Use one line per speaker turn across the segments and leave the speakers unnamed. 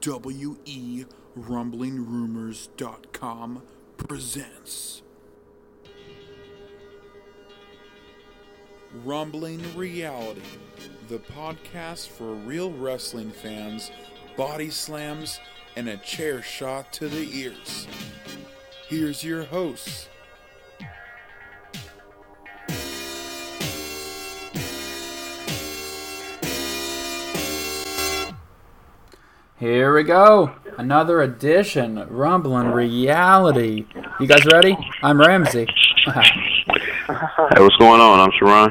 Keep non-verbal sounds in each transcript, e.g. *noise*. WWE rumblingrumors.com presents Rumbling Reality, the podcast for real wrestling fans, body slams, and a chair shot to the ears. Here's your hosts.
Here we go. Another edition, Rumbling Reality. You guys ready? I'm Ramsey. *laughs*
Hey, what's going on? I'm Sharon.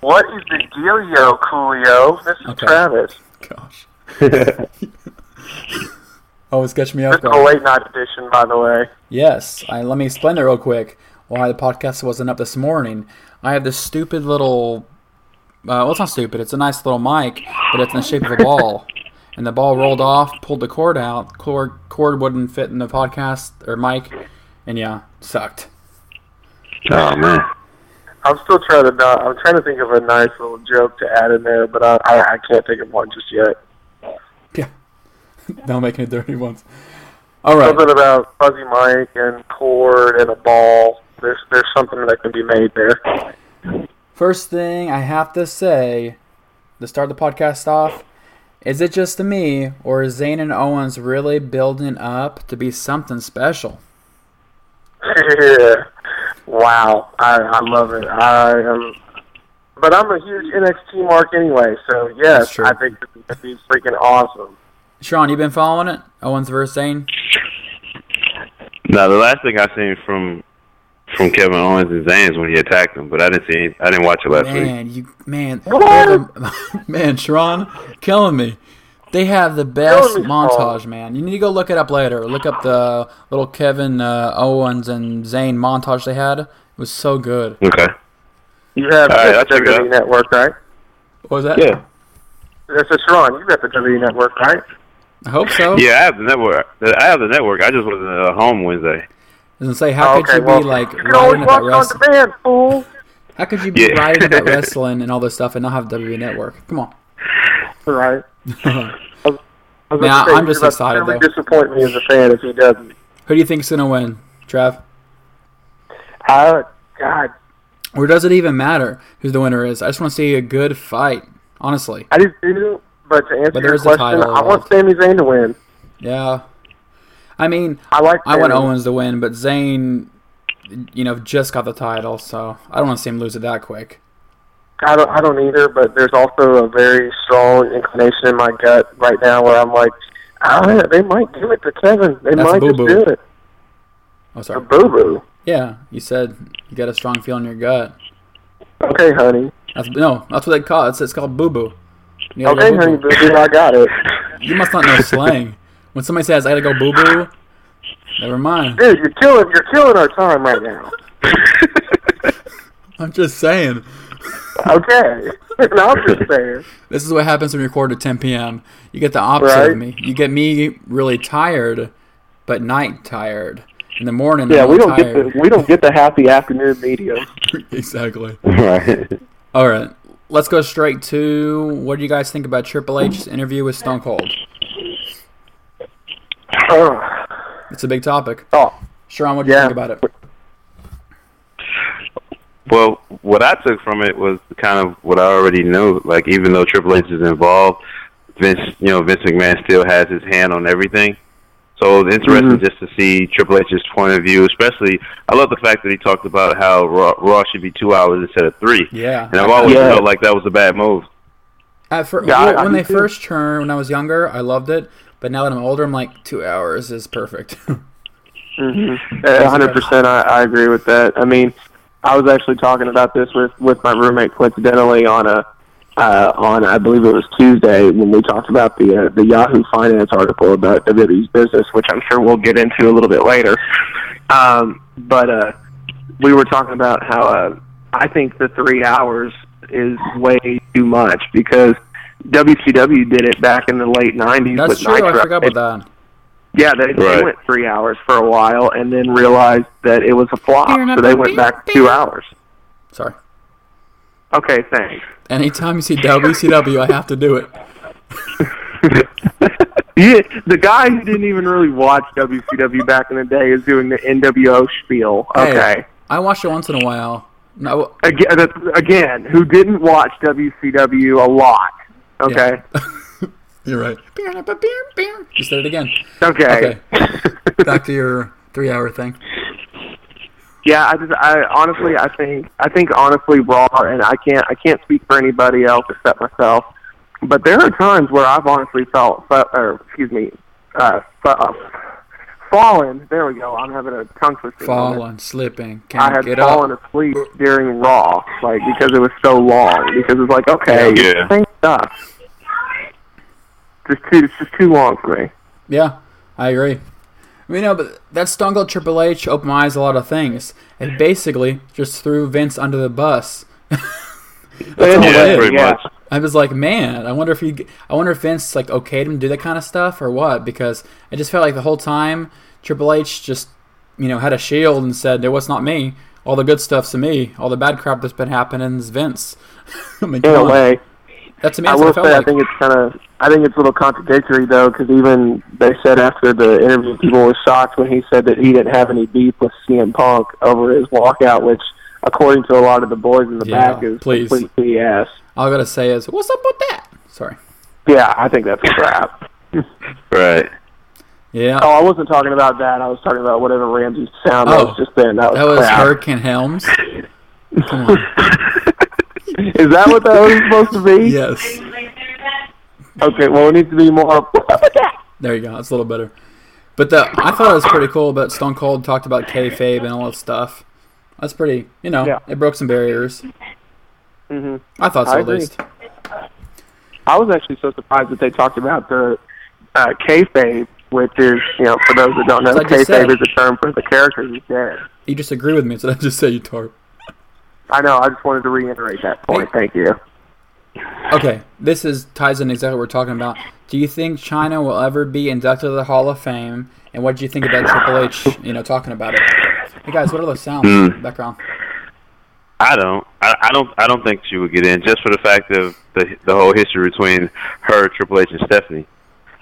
What is the dealio, Coolio? This is
Okay.
Travis.
Gosh. *laughs* Always catch me
This
off
is a
guard.
late night edition, by the way.
Yes, I, let me explain that real quick why the podcast wasn't up this morning. I have this stupid little. Uh, well, it's not stupid. It's a nice little mic, but it's in the shape of a ball. And the ball rolled off, pulled the cord out. Cord, cord wouldn't fit in the podcast or mic. And yeah, sucked.
Oh man,
I'm still trying to. Not, I'm trying to think of a nice little joke to add in there, but I, I, I can't think of one just yet.
Yeah. *laughs* Don't make any dirty ones. All right.
Something about fuzzy Mike and cord and a ball. There's there's something that can be made there. *laughs*
First thing I have to say to start the podcast off is it just to me, or is Zane and Owens really building up to be something special?
yeah. Wow. I I love it. I am. But I'm a huge NXT mark anyway, so yes,
true.
I think this is gonna be freaking awesome.
Sean, you been following it? Owens versus Zane?
now the last thing I seen from from Kevin Owens and Zayn is when he attacked him, but I didn't see. Any, I didn't watch it last week.
Man, you man, the- *laughs* man, Sean, killing me. They have the best
Killing me,
montage, man. You need to go look it up later. Look up the little Kevin uh, Owens and Zane montage they had. It was so good.
Okay.
You have
All right, I'll
the
check it out.
WWE Network, right?
What was that?
Yeah.
That's a Sharon. You got the WWE Network, right?
I hope so.
Yeah, I have the network. I have the network. I just wasn't uh, home Wednesday.
Doesn't say how could
Oh, okay,
you
well,
be like
you can always
riding about
watch
wrestling?
on demand, fool.
How could you be
Yeah.
writing
*laughs*
about wrestling and all this stuff and not have WWE Network? Come on. *laughs*
Right. I was
Man,
gonna
I-
say,
I'm just
he's about
excited,
to really
though.
disappoint me as a fan if he doesn't.
Who do you think's gonna win, Trav?
I, God,
Or does it even matter who the winner is? I just want to see a good fight. Honestly.
I just do. But to answer
But
your
there's a
question,
title
I want
involved.
Sami Zayn to win.
Yeah. I mean,
I like.
I want
Sami.
Owens to win, but Zayn, you know, just got the title, so I don't want to see him lose it that quick.
I don't. I don't either. But there's also a very strong inclination in my gut right now where I'm like, ah, they might give it to Kevin. They
That's
might just
boo-boo.
do it.
Oh,
A
sorry.
boo boo.
Yeah, you said you got a strong feel in your gut.
Okay, honey.
That's, no, that's what they call it. It's, it's called boo boo.
Okay, honey, boo boo. I got it.
*laughs* You must not know slang. When somebody says, I gotta go boo boo, never mind.
Dude, you're killing. You're killing our time right now.
I'm just saying.
Okay. *laughs* and I'm just saying.
This is what happens when you record at 10 p.m. You get the opposite of
Right.
me. You get me really tired, but night tired. In the morning,
Yeah,
I'm
we
not
don't
tired.
get the we don't get the happy afternoon medium.
*laughs* exactly.
*laughs* right.
All right. Let's go straight to what do you guys think about Triple H's interview with Stone Cold?
Ugh.
It's a big topic.
Oh,
Sharon, what do you
Yeah.
think about it?
Well, what I took from it was kind of what I already knew. Like, even though Triple H is involved, Vince, you know, Vince McMahon still has his hand on everything. So it was interesting just to see Triple H's point of view. Especially, I love the fact that he talked about how Raw, Raw should be two hours instead of three.
Yeah.
And I've always
Yeah.
felt like that was a bad move.
At fir-
Yeah, I-
when
I
they
do too.
first turned, when I was younger, I loved it. But now that I'm older, I'm like, two hours is perfect. *laughs*
a Uh, hundred percent. I, I agree with that. I mean, I was actually talking about this with with my roommate coincidentally on a uh, on I believe it was Tuesday when we talked about the uh, the Yahoo Finance article about WWE's business, which I'm sure we'll get into a little bit later. Um, but uh, we were talking about how uh, I think the three hours is way too much because WCW did it back in the late '90s
That's
with
true.
Nitro.
I forgot
It-
about
yeah, they,
Right.
they went three hours for a while and then realized that it was a flop, so they went back two hours.
that. Sorry.
Okay, thanks. *laughs*
Anytime you see WCW, I have to do it.
yeah, the guy who didn't even really watch WCW back in the day is doing the NWO spiel.
Hey,
Okay.
I watch it once in a while. No,
Again, that's, again, who didn't watch WCW a lot. Okay.
*laughs* you're right. You said it again.
Okay. *laughs*
Back to your three-hour thing.
yeah, I just I honestly I think I think honestly Raw and I can't I can't speak for anybody else except myself. But there are times where I've honestly felt fe- or excuse me, uh, fe- uh fallen. There we go. I'm having a tongue twister. moment.
Falling, slipping,
I
can't
had
get
fallen
up.
asleep during Raw, like because it was so long. Because it's like, okay,
Yeah.
same stuff. Just too, it's just too long for me.
Yeah, I agree. You know, but that Stone Cold Triple H opened my eyes to a lot of things, and basically just threw Vince under the bus. *laughs*
yeah,
Yeah,
pretty
yeah.
much.
I was like, man, I wonder if he, I wonder if Vince like okayed him to do that kind of stuff or what, because I just felt like the whole time Triple H just, you know, had a shield and said, "It was not me. All the good stuff's to me. All the bad crap that's been happening is Vince." *laughs* I mean,
In
come
a
on.
way,
that's to me.
I
That's what
will
it
say
felt
I
like.
think it's kind of I think it's a little contradictory though, because even they said after the interview, people were shocked when he said that he didn't have any beef with CM Punk over his walkout, which according to a lot of the boys in the
Yeah,
back is
please.
complete BS.
All I gotta say is, "What's up with that?" Sorry.
Yeah, I think that's crap.
Right.
Yeah,
Oh, I wasn't talking about that. I was talking about whatever Ramsey's sound
Oh.
was just then. That was,
that was
crap.
Hurricane
*laughs*
Helms. Come on.
Is that what that was supposed
*laughs*
to be?
Yes.
Okay. Well, it needs to be more.
There you go. That's a little better. But the I thought it was pretty cool. But Stone Cold talked about kayfabe and all that stuff. That's pretty. You know,
Yeah.
it broke some barriers.
Mhm.
I thought so
I
at
agree.
least.
I was actually so surprised that they talked about the uh, kayfabe, which is you know for those that don't know,
Like you said.
kayfabe is a term for the character who's dead.
You just agree with me, so *laughs* I just say you tart.
I know. I just wanted to reiterate that point. Thank you.
Okay, this is ties in exactly what we're talking about. Do you think China will ever be inducted to the Hall of Fame? And what do you think about Triple H? You know, talking about it. Hey guys, what are those sounds background?
I don't. I, I don't. I don't think she would get in just for the fact of the the whole history between her, Triple H, and Stephanie.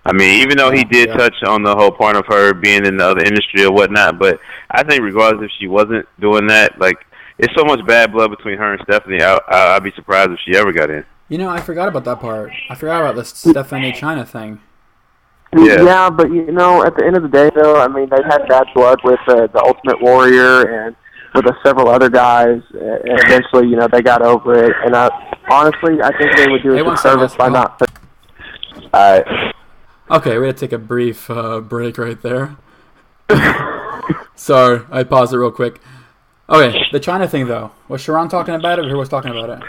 I mean, even though he did
Yeah.
touch on the whole point of her being in the other industry or whatnot, but I think regardless if she wasn't doing that, like it's so much bad blood between her and Stephanie. I, I, I'd be surprised if she ever got in.
You know, I forgot about that part. I forgot about the Stephanie China thing.
Yeah.
but you know, at the end of the day, though, I mean, they've had bad blood with uh, the Ultimate Warrior and with uh, several other guys, uh, and eventually, you know, they got over it. And I, honestly, I think they would do
Hey,
a
one
disservice
second.
by not. All right.
Okay, we're gonna take a brief uh, break right there. *laughs* Sorry, I paused it real quick. Okay, the China thing though. Was Sharon talking about it, or who was talking about it?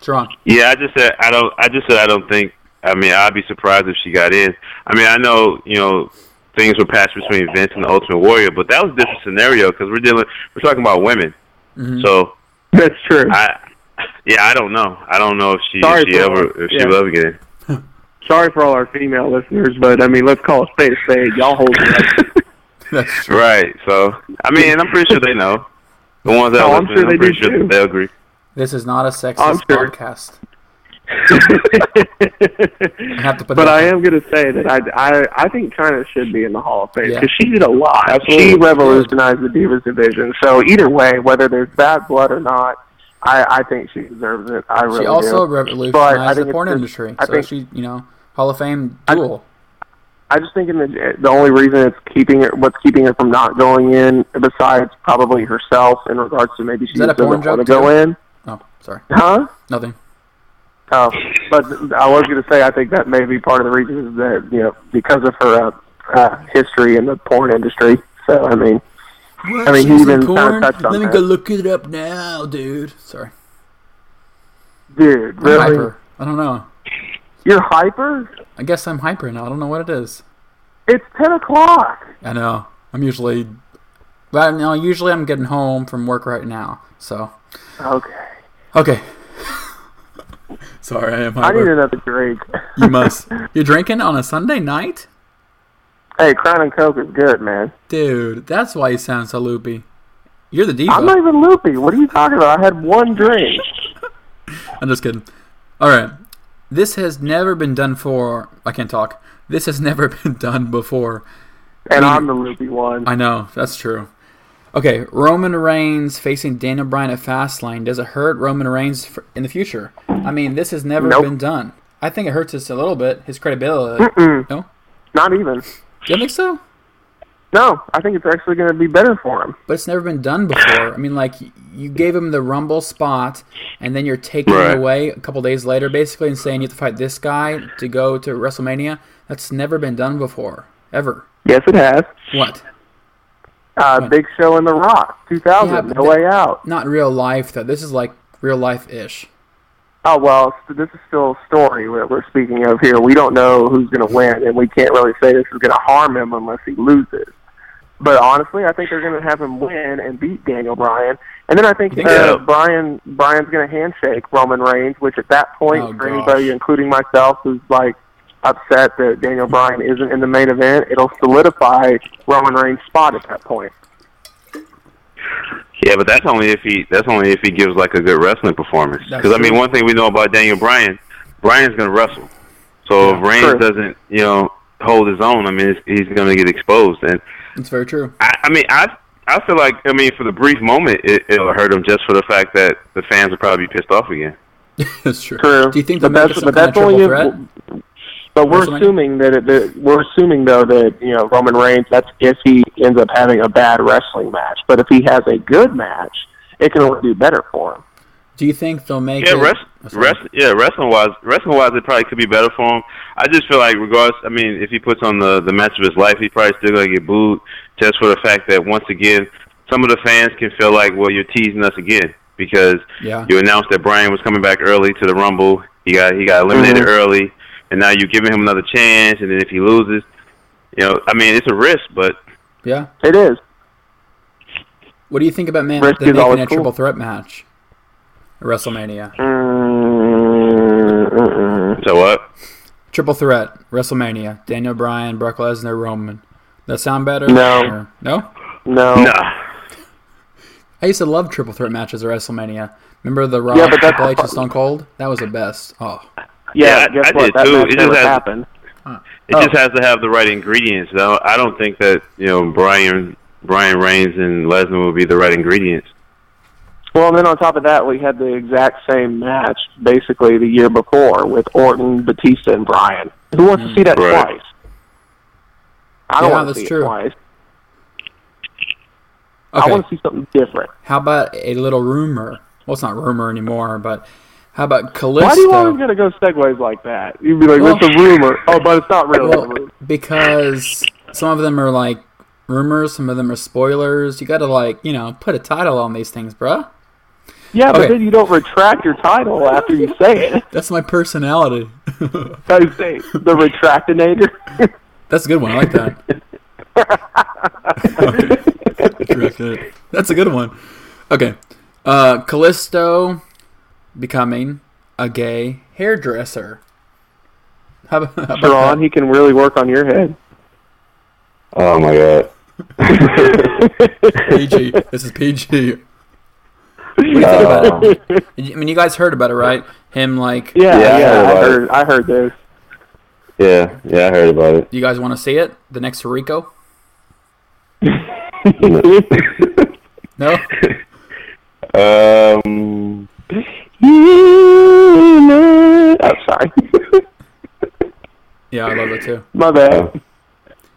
Sharon.
Yeah, I just said I don't. I just said I don't think. I mean, I'd be surprised if she got in. I mean, I know you know things were passed between Vince and the Ultimate Warrior, but that was a different scenario because we're dealing. We're talking about women,
Mm-hmm.
so
That's true.
I. Yeah, I don't know. I don't know if she
Sorry
if she
for
ever
all-
if
yeah.
she will ever get in.
Sorry for all our female listeners, but I mean, let's call a spade a spade. Y'all hold it. up.
That's true.
Right. So I mean, I'm pretty sure they know. The ones that
No, I'm
listen,
sure they
I'm pretty
do,
sure
too.
they'll agree.
This is not a
I'm
sexist
sure.
podcast. I have to put
*laughs* but
that
I am going to say that I, I, I think China should be in the Hall of Fame
Yeah.
because she did a lot.
Absolutely.
She revolutionized the Divas division. So either way, whether there's bad blood or not, I, I think she deserves it. I really
She also
do. But I
revolutionized
think
the
it's
porn
just-
industry.
I
so
think-
she, you know, Hall of Fame duel.
I just think in the, the only reason it's keeping her, what's keeping her from not going in, besides probably herself in regards to maybe she
that a
doesn't
porn
want to
joke, too?
go in,
oh, sorry,
huh?
nothing.
Oh, but I was going to say, I think that may be part of the reason is that you know because of her uh, uh, history in the porn industry. So I mean,
What?
I mean, he
She's in
even kinda
porn?
touched on
Let me
that.
go look it up now, dude. Sorry,
dude,
I'm
really,
hyper. I don't know.
you're hyper.
I guess I'm hyper now. I don't know what it is.
It's ten o'clock.
I know. I'm usually, well, no, usually I'm getting home from work right now. So,
Okay,
okay. *laughs* Sorry, I am
I need
hyper.
another drink.
You must. You're drinking on a Sunday night,
*laughs* hey, Crown and Coke is good, man.
dude. That's why you sound so loopy. You're the diva.
I'm not even loopy. What are you talking about? I had one drink.
I'm just kidding. All right. This has never been done for. I can't talk. This has *laughs* never been done before.
And I'm the loopy one.
I know that's true. Okay, Roman Reigns facing Daniel Bryan at Fastlane. Does it hurt Roman Reigns for, in the future? I mean, this has never
Nope.
been done. I think it hurts us a little bit. His credibility. No,
Not even.
you don't think so?
No, I think it's actually going to be better for him.
But it's never been done before. I mean, like y- you gave him the Rumble spot, and then you're taking
Right.
it away a couple days later, basically, and saying you have to fight this guy to go to WrestleMania. That's never been done before, ever.
Yes, it has.
What?
Uh, Big Show and The Rock, 2000,
Yeah,
No
but that-
Way Out.
Not real life though. This is like real life ish.
Oh well, s- this is still a story we're, we're speaking of here. We don't know who's going to win, and we can't really say this is going to harm him unless he loses. But honestly, I think they're going to have him win and beat Daniel Bryan, and then I think
think
uh,
so?
Bryan Bryan's going to handshake Roman Reigns, which at that point,
Oh,
for
gosh.
anybody, including myself, who's like upset that Daniel Bryan isn't in the main event, it'll solidify Roman Reigns' spot at that point.
Yeah, but that's only if he that's only if he gives like a good wrestling performance.
That's
Because I mean,
true.
one thing we know about Daniel Bryan, Bryan's gonna wrestle. So if Reigns
True.
doesn't, you know, hold his own, I mean, it's, he's gonna get exposed. And
It's very true.
I, I mean, I I feel like I mean, for the brief moment, it, it'll hurt him just for the fact that the fans will probably be pissed off again.
That's true.
True.
Do you think they'll
But
make it
that's-
some
but
kind of
that's
triple
only if-
threat?
But we're
WrestleMania?
assuming that, it, that we're assuming though that you know Roman Reigns. That's if he ends up having a bad wrestling match. But if he has a good match, it can only do better for him.
Do you think they'll make
Yeah,
it? Oh,
rest,
That's fine.
rest, yeah, wrestling wise, wrestling wise, it probably could be better for him. I just feel like, regardless, I mean, if he puts on the the match of his life, he probably still gonna get booed just for the fact that once again, some of the fans can feel like, well, you're teasing us again because
Yeah.
you announced that Brian was coming back early to the Rumble. He got he got eliminated
Mm-hmm.
Mhm.
early, and now you're giving him another chance. And then if he loses, you know, I mean, it's a risk, but
Yeah.
It is.
What do you think about man
Risk
them
is
making
always
a
cool.
triple threat match? At WrestleMania.
Mm, mm-mm.
so what?
Triple threat. WrestleMania. Daniel Bryan, Brock Lesnar, Roman. That sound better?
No.
Or- no.
No.
Nah.
I used to love triple threat matches at WrestleMania. Remember the Rock,
Yeah, but that's-
Triple H, and Stone Cold? That was the best. Oh,
Yeah,
Yeah.
I-
guess
I
what?
did
that
too.
match
It just
never
has-
happened.
It just has to have the right ingredients. Now, I don't think that you know Brian Brian Reigns and Lesnar will be the right ingredients.
Well, and then on top of that, we had the exact same match basically the year before with Orton, Batista, and Bryan. Who wants to see that
Right.
twice? I don't
Hmm. Yeah,
want
that's
to see
true.
it twice. I
okay.
want to see something different.
How about a little rumor? Well, it's not rumor anymore, but how about Callisto?
Why do you always gotta go segues like that? You'd be like,
Well-
"That's a rumor." Oh, but it's not really. a
Well,
rumor.
because some of them are like rumors, some of them are spoilers. You got to like, you know, put a title on these things, bruh.
Yeah,
okay.
but then you don't retract your title after you say
*laughs*
it.
That's my personality. *laughs*
I say the retractinator.
That's a good one. I like that. Correct it. That's a good one. Okay. Uh, Callisto becoming a gay hairdresser. How about, how about that?
Sharon, he can really work on your head.
Oh my god!
PG? This is PG. What do you think about it?
Uh,
I mean, you guys heard about it, right? Him, like,
*laughs*
Yeah,
Yeah,
I
yeah,
heard
I
about it.
heard. I
*laughs*
heard this.
*laughs*
*laughs*
yeah, yeah, I heard about it.
you guys want to see it? The next Rico? No?
um,
I'm sorry, *laughs*
Yeah, I love it too.
my bad.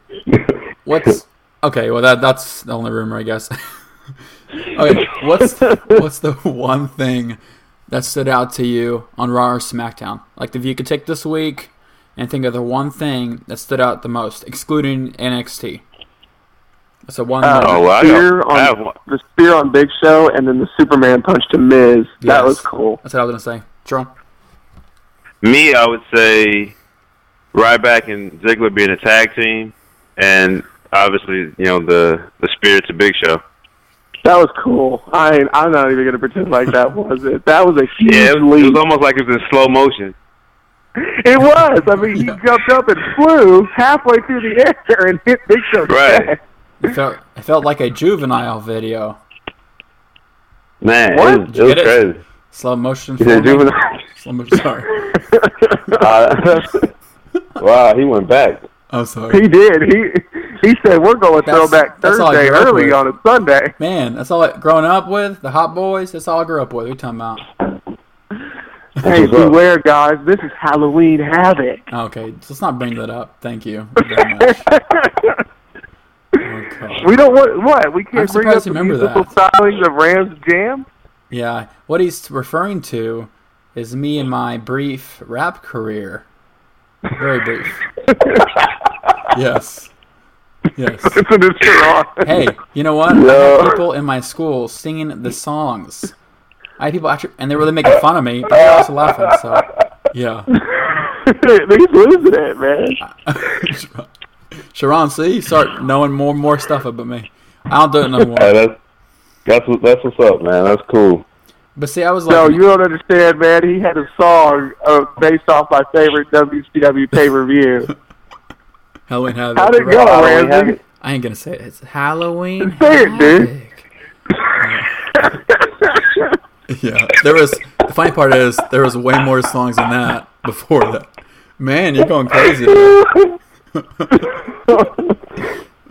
*laughs*
What's okay? Well, that that's the only rumor, I guess. *laughs* okay, what's what's the one thing that stood out to you on Raw or SmackDown? Like, if you could take this week and think of the one thing that stood out the most, excluding NXT. So one.
Uh,
Oh, well, I,
spear
got, I have
on
one.
the spear on Big Show, and then the Superman punch to Miz.
Yes.
That was cool.
That's what I was gonna say. Jerome.
Me, I would say Ryback and Ziggler being a tag team, and obviously you know the the spirit to Big Show.
That was cool. I ain't- I'm not even gonna pretend like that was it. That was a
*laughs*
huge
Yeah, it was, it
leap.
was almost like it was in slow motion.
It was. I mean, he jumped up and flew halfway through the air *laughs* and hit Big Show's
Right.
head.
It felt it felt like a juvenile video.
Man,
What?
it was, it was
Get it?
crazy.
Slow motion.
He's in
for me? *laughs*
juvenile.
Slow motion. Sorry.
*laughs* Uh, *laughs* wow, he went back.
I'm sorry.
*laughs*
He did. He he said we're going
That's-
throwback
that's all I
Thursday
grew up
early
with.
on a Sunday.
Man, that's all I growing up with. The Hot Boys. That's all I grew up with. We talking about.
Hey,
what's up.
beware, guys! This is Halloween havoc. *laughs*
Okay, let's not bring that up. Thank you. Very much. Oh, God.
We don't want what we can't
I'm
bring up
surprised
the
you remember
musical stylings of Rams Jam.
Yeah, what he's referring to is me and my brief rap career. Very brief. yes. Yes.
Listen to this shit on. *laughs*
Hey, you know what? I had people in my school singing the songs. I had people actually, and they were really making fun of me, but they were also laughing. So, yeah. *laughs*
He's losing it, man.
Sharon, see, you start knowing more more stuff about me. I don't do it no
Hey,
more.
*laughs*
that's that's what that's what's up, man. That's cool.
But see, I was like,
No, you don't understand, man. He had a song uh, based off my favorite WCW pay per
*laughs*
view. *laughs*
Halloween Havoc.
How'd it
you're right.
go,
Halloween
Ramsey?
Havoc.
I ain't gonna say it. It's Halloween.
Say it, dude.
Havoc. yeah, there was. The funny part is there was way more songs than that before that. Man, you're going crazy. man.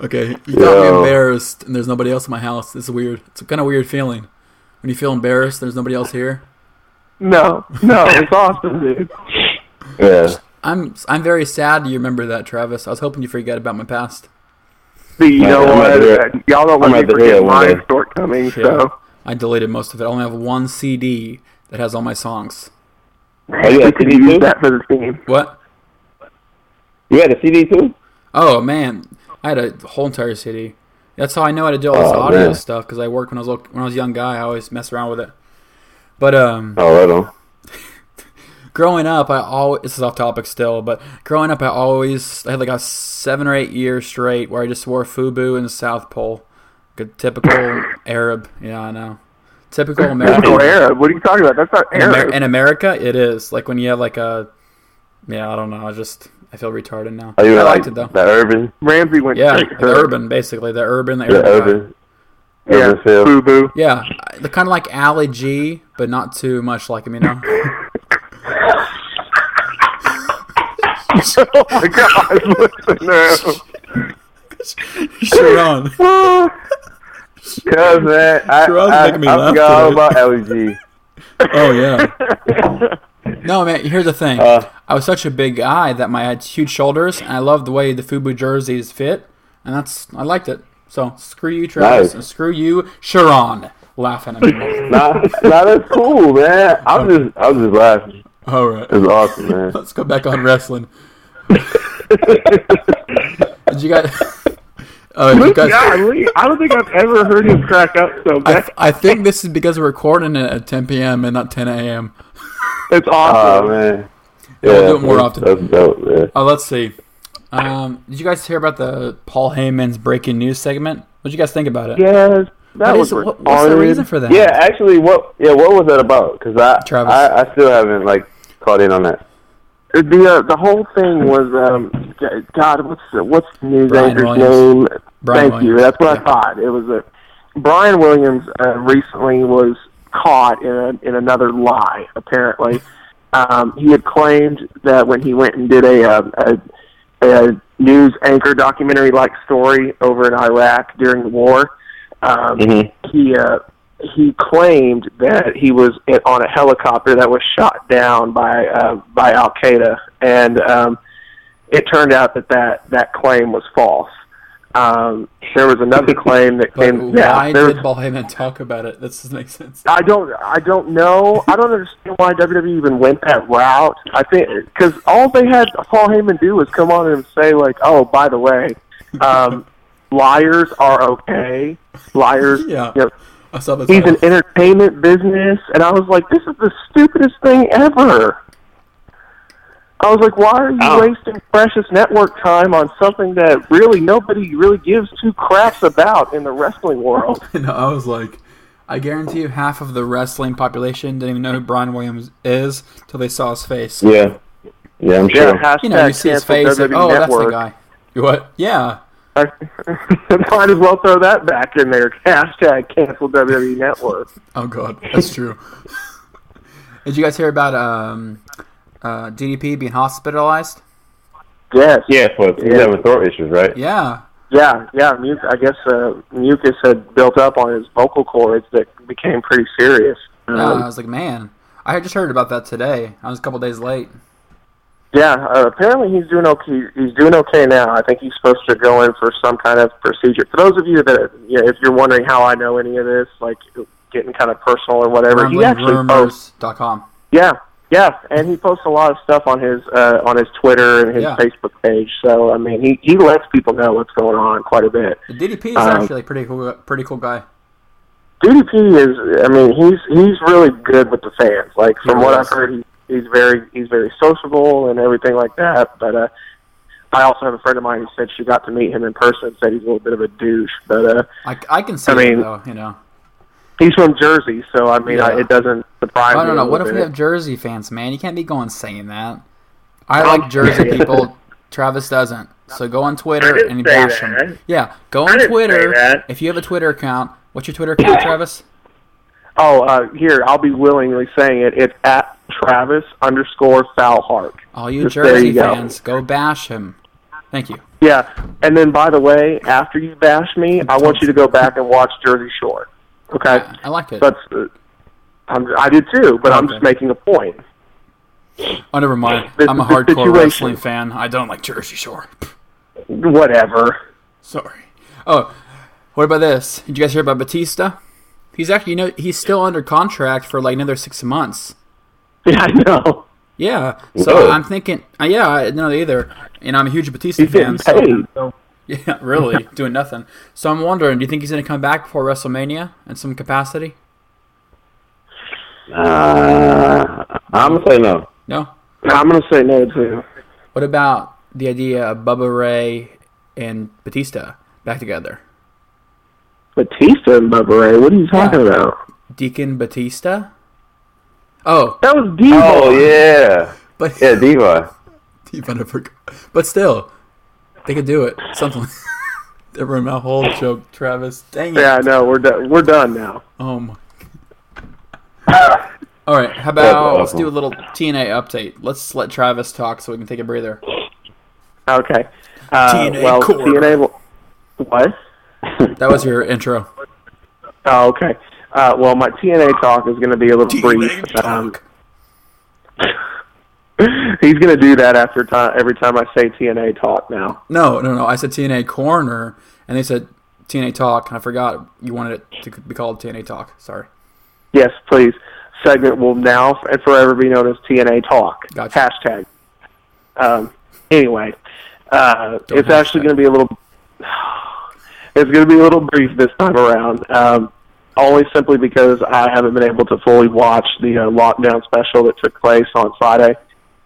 okay, you got me
Yo.
embarrassed, and there's nobody else in my house. It's weird. It's a kind of weird feeling when you feel embarrassed. There's nobody else here.
*laughs* No, no, it's awesome, dude.
Yeah.
I'm I'm very sad. You remember that, Travis? I was hoping you forget about my past.
See, you know
I'm
what?
out there.
Y'all don't
I'm
want me
out
to
there
forget
one
my
day.
shortcomings,
Yeah.
so
I deleted most of it. I only have one CD that has all my songs.
you
we
got
could
CD
use
too?
that for the team.
What?
You had a CD too?
Oh man, I had a whole entire CD. That's how I know how to do all this
Oh,
audio
man.
stuff because I worked when I was little- when I was a young guy. I always messed around with it. But um,
Oh, right on.
growing up, I always this is off topic still. But growing up, I always I had like a seven or eight years straight where I just wore FUBU and South Pole, good typical Arab. Yeah, I know,
*laughs*
typical American.
That's no Arab. What are you talking about? That's not
in, Amer-
Arab.
in America, it is like when you have like a yeah, I don't know. I just I feel retarded now.
Are Oh, you
I
in,
liked
like
it though.
the urban,
Ramsey went
Yeah,
straight
the
to
urban basically the urban the,
the
Arab guy.
urban,
Yeah,
urban feel?
boo boo.
Yeah, they're kind of like Ali G, but not too much like him, you know.
*laughs* Oh my God! *laughs* Listen now.
*laughs* Sharon,
Cause man, I,
Gerard's
I, I
making me laugh
forgot all
today.
about LG.
oh yeah.
*laughs*
No man, here's the thing. I was such a big guy that my I had huge shoulders, and I loved the way the FUBU jerseys fit, and that's I liked it. So screw you, Travis,
Nice.
and screw you, Sharon. Laughing at me.
Nah, nah, that's cool, man. I'm just, I'm just laughing.
*laughs* All right,
It's awesome, man.
let's go back on wrestling.
*laughs*
Did you guys? *laughs* Oh, you guys.
Golly, I don't think I've ever heard him crack up so
I,
bad.
I think this is because we're recording it at 10 p.m. and not 10 a.m.
It's
Oh
awesome.
man.
Yeah, we'll do it more
that's-
often.
That's dope, man.
Oh, let's see. Um, did you guys hear about the Paul Heyman's breaking news segment? What did you guys think about it?
yes, that
What
was
is- what- what's the
retarded.
reason for that?
Yeah, actually, what? Yeah, what was that about? Because I,
Travis.
I, I still haven't like caught in on that.
The uh, the whole thing was um g- God what's the, what's the news
Brian
anchor's
Williams.
name?
Brian
Thank you.
Williams.
That's what
Yeah.
I thought. It was a Brian Williams uh, recently was caught in a, in another lie. Apparently, um, he had claimed that when he went and did a, um, a a news anchor documentary like story over in Iraq during the war, um,
Mhm.
Mm-hmm.
he uh, he claimed that he was in, on a helicopter that was shot down by uh, by Al Qaeda, and um, it turned out that that that claim was false. Um, there was another claim that
But
came.
why
yeah, there was,
did Paul Heyman talk about it? That doesn't make sense.
I don't. I don't know. I don't understand why WWE even went that route. I think because all they had Paul Heyman do was come on and say like, "Oh, by the way, um, *laughs* liars are okay. Liars,
Yeah.
you know,
I saw this.
he's an
*laughs*
entertainment business and i was like this is the stupidest thing ever i was like why are you
Oh.
wasting precious network time on something that really nobody really gives two craps about in the wrestling world
no, I was like, I guarantee you half of the wrestling population didn't even know who Brian Williams is till they saw his face.
Yeah, *laughs* yeah, I'm sure.
hashtag
You know, you see his
cancel
face, like,
WWE
oh,
E Network.
that's the guy. What? Yeah.
*laughs* might as well throw that *laughs* back in there hashtag cancel wwe network *laughs*
Oh, God. That's true. Did you guys hear about um, uh, DDP being hospitalized?
Yes.
Yeah, for
Yeah.
he's having throat issues, right?
Yeah.
Yeah, yeah. Mu- I guess uh, mucus had built up on his vocal cords that became pretty serious.
Yeah,
Um,
Uh, I was like, man, I had just heard about that today. I was a couple days late.
yeah. Uh, apparently, he's doing okay. He's doing okay now. I think he's supposed to go in for some kind of procedure. For those of you that, you know, if you're wondering how I know any of this, like getting kind of personal or whatever, he actually oh. posts.
Rumblingrumors.com.
Yeah, yeah, and he posts a lot of stuff on his uh, on his Twitter and his
Yeah.
Facebook page. So I mean, he he lets people know what's going on quite a bit.
The DDP is
Um,
actually a pretty cool, pretty cool guy.
DDP is, I mean, he's he's really good with the fans. Like from
He
what
is.
I've heard, he, he's very he's very sociable and everything like that. But uh, I also have a friend of mine who said she got to meet him in person. and Said he's a little bit of a douche, but uh,
I, I can see
I
it,
mean-
though, you know.
he's from Jersey, so I mean, I,
Yeah.
it doesn't surprise
I
me.
don't know.
a
What
little
if we
bit.
have Jersey fans, man? You can't be going saying that. I like Jersey people. Travis doesn't. So go on
I
Twitter
didn't
and
say
bash him.
that.
Yeah, go on
didn't say
Twitter.
that.
If you have a Twitter account, what's your Twitter account, Travis?
Oh, uh, here I'll be willingly saying it. It's at Travis underscore Foulheart.
All you
Just there
Jersey
you go.
fans, go bash him. Thank you.
Yeah, and then by the way, after you bash me, I want you to go back and watch Jersey Shore. Okay,
I, I like it.
that's uh, I'm, I did too, but I'm
Okay.
just making a point.
Oh, never mind.
This
I'm a
is the
hardcore
situation.
wrestling fan. I don't like Jersey Shore. *laughs*
Whatever. *laughs*
Sorry. Oh, what about this? Did you guys hear about Batista? He's actually, you know, he's still under contract for like another six months.
Yeah, I know.
Yeah. So
Whoa.
I'm thinking, uh, yeah, I didn't know either. And I'm a huge Batista
He's
fan.
getting
So,
paid. So.
*laughs* yeah,
*laughs*
really, doing nothing. So I'm wondering, do you think he's going to come back before WrestleMania in some capacity?
Uh, I'm gonna say no.
No?
I'm gonna say no too.
What about the idea of Bubba Ray and Batista back together?
Batista and Bubba Ray. What are you talking
Yeah.
about?
Deacon Batista? Oh,
That was Devo.
Oh yeah,
but
yeah, Diva.
You better forg- But still, they could do it. Something. *laughs* Everyone, my whole joke, Travis. Dang it.
Yeah, I know. We're done. We're done now.
Oh my. All right. How about
awful.
let's do a little TNA update. Let's let Travis talk so we can take a breather.
Okay. Uh,
TNA
well,
core.
TNA. will- What?
That was your intro.
Oh, okay. Uh, well, my TNA talk is going to be a little brief. Um, *laughs* he's going to do that after time. Every time I say TNA talk now.
No, no, no. I said TNA corner, and they said TNA talk, and I forgot you wanted it to be called TNA talk. Sorry.
Yes, please. Segment will now f- and forever be known as TNA talk.
Gotcha.
Hashtag. Um, anyway, uh, it's actually
hashtag.
going to be a little. It's going to be a little brief this time around. Um, only simply because I haven't been able to fully watch the uh, lockdown special that took place on Friday.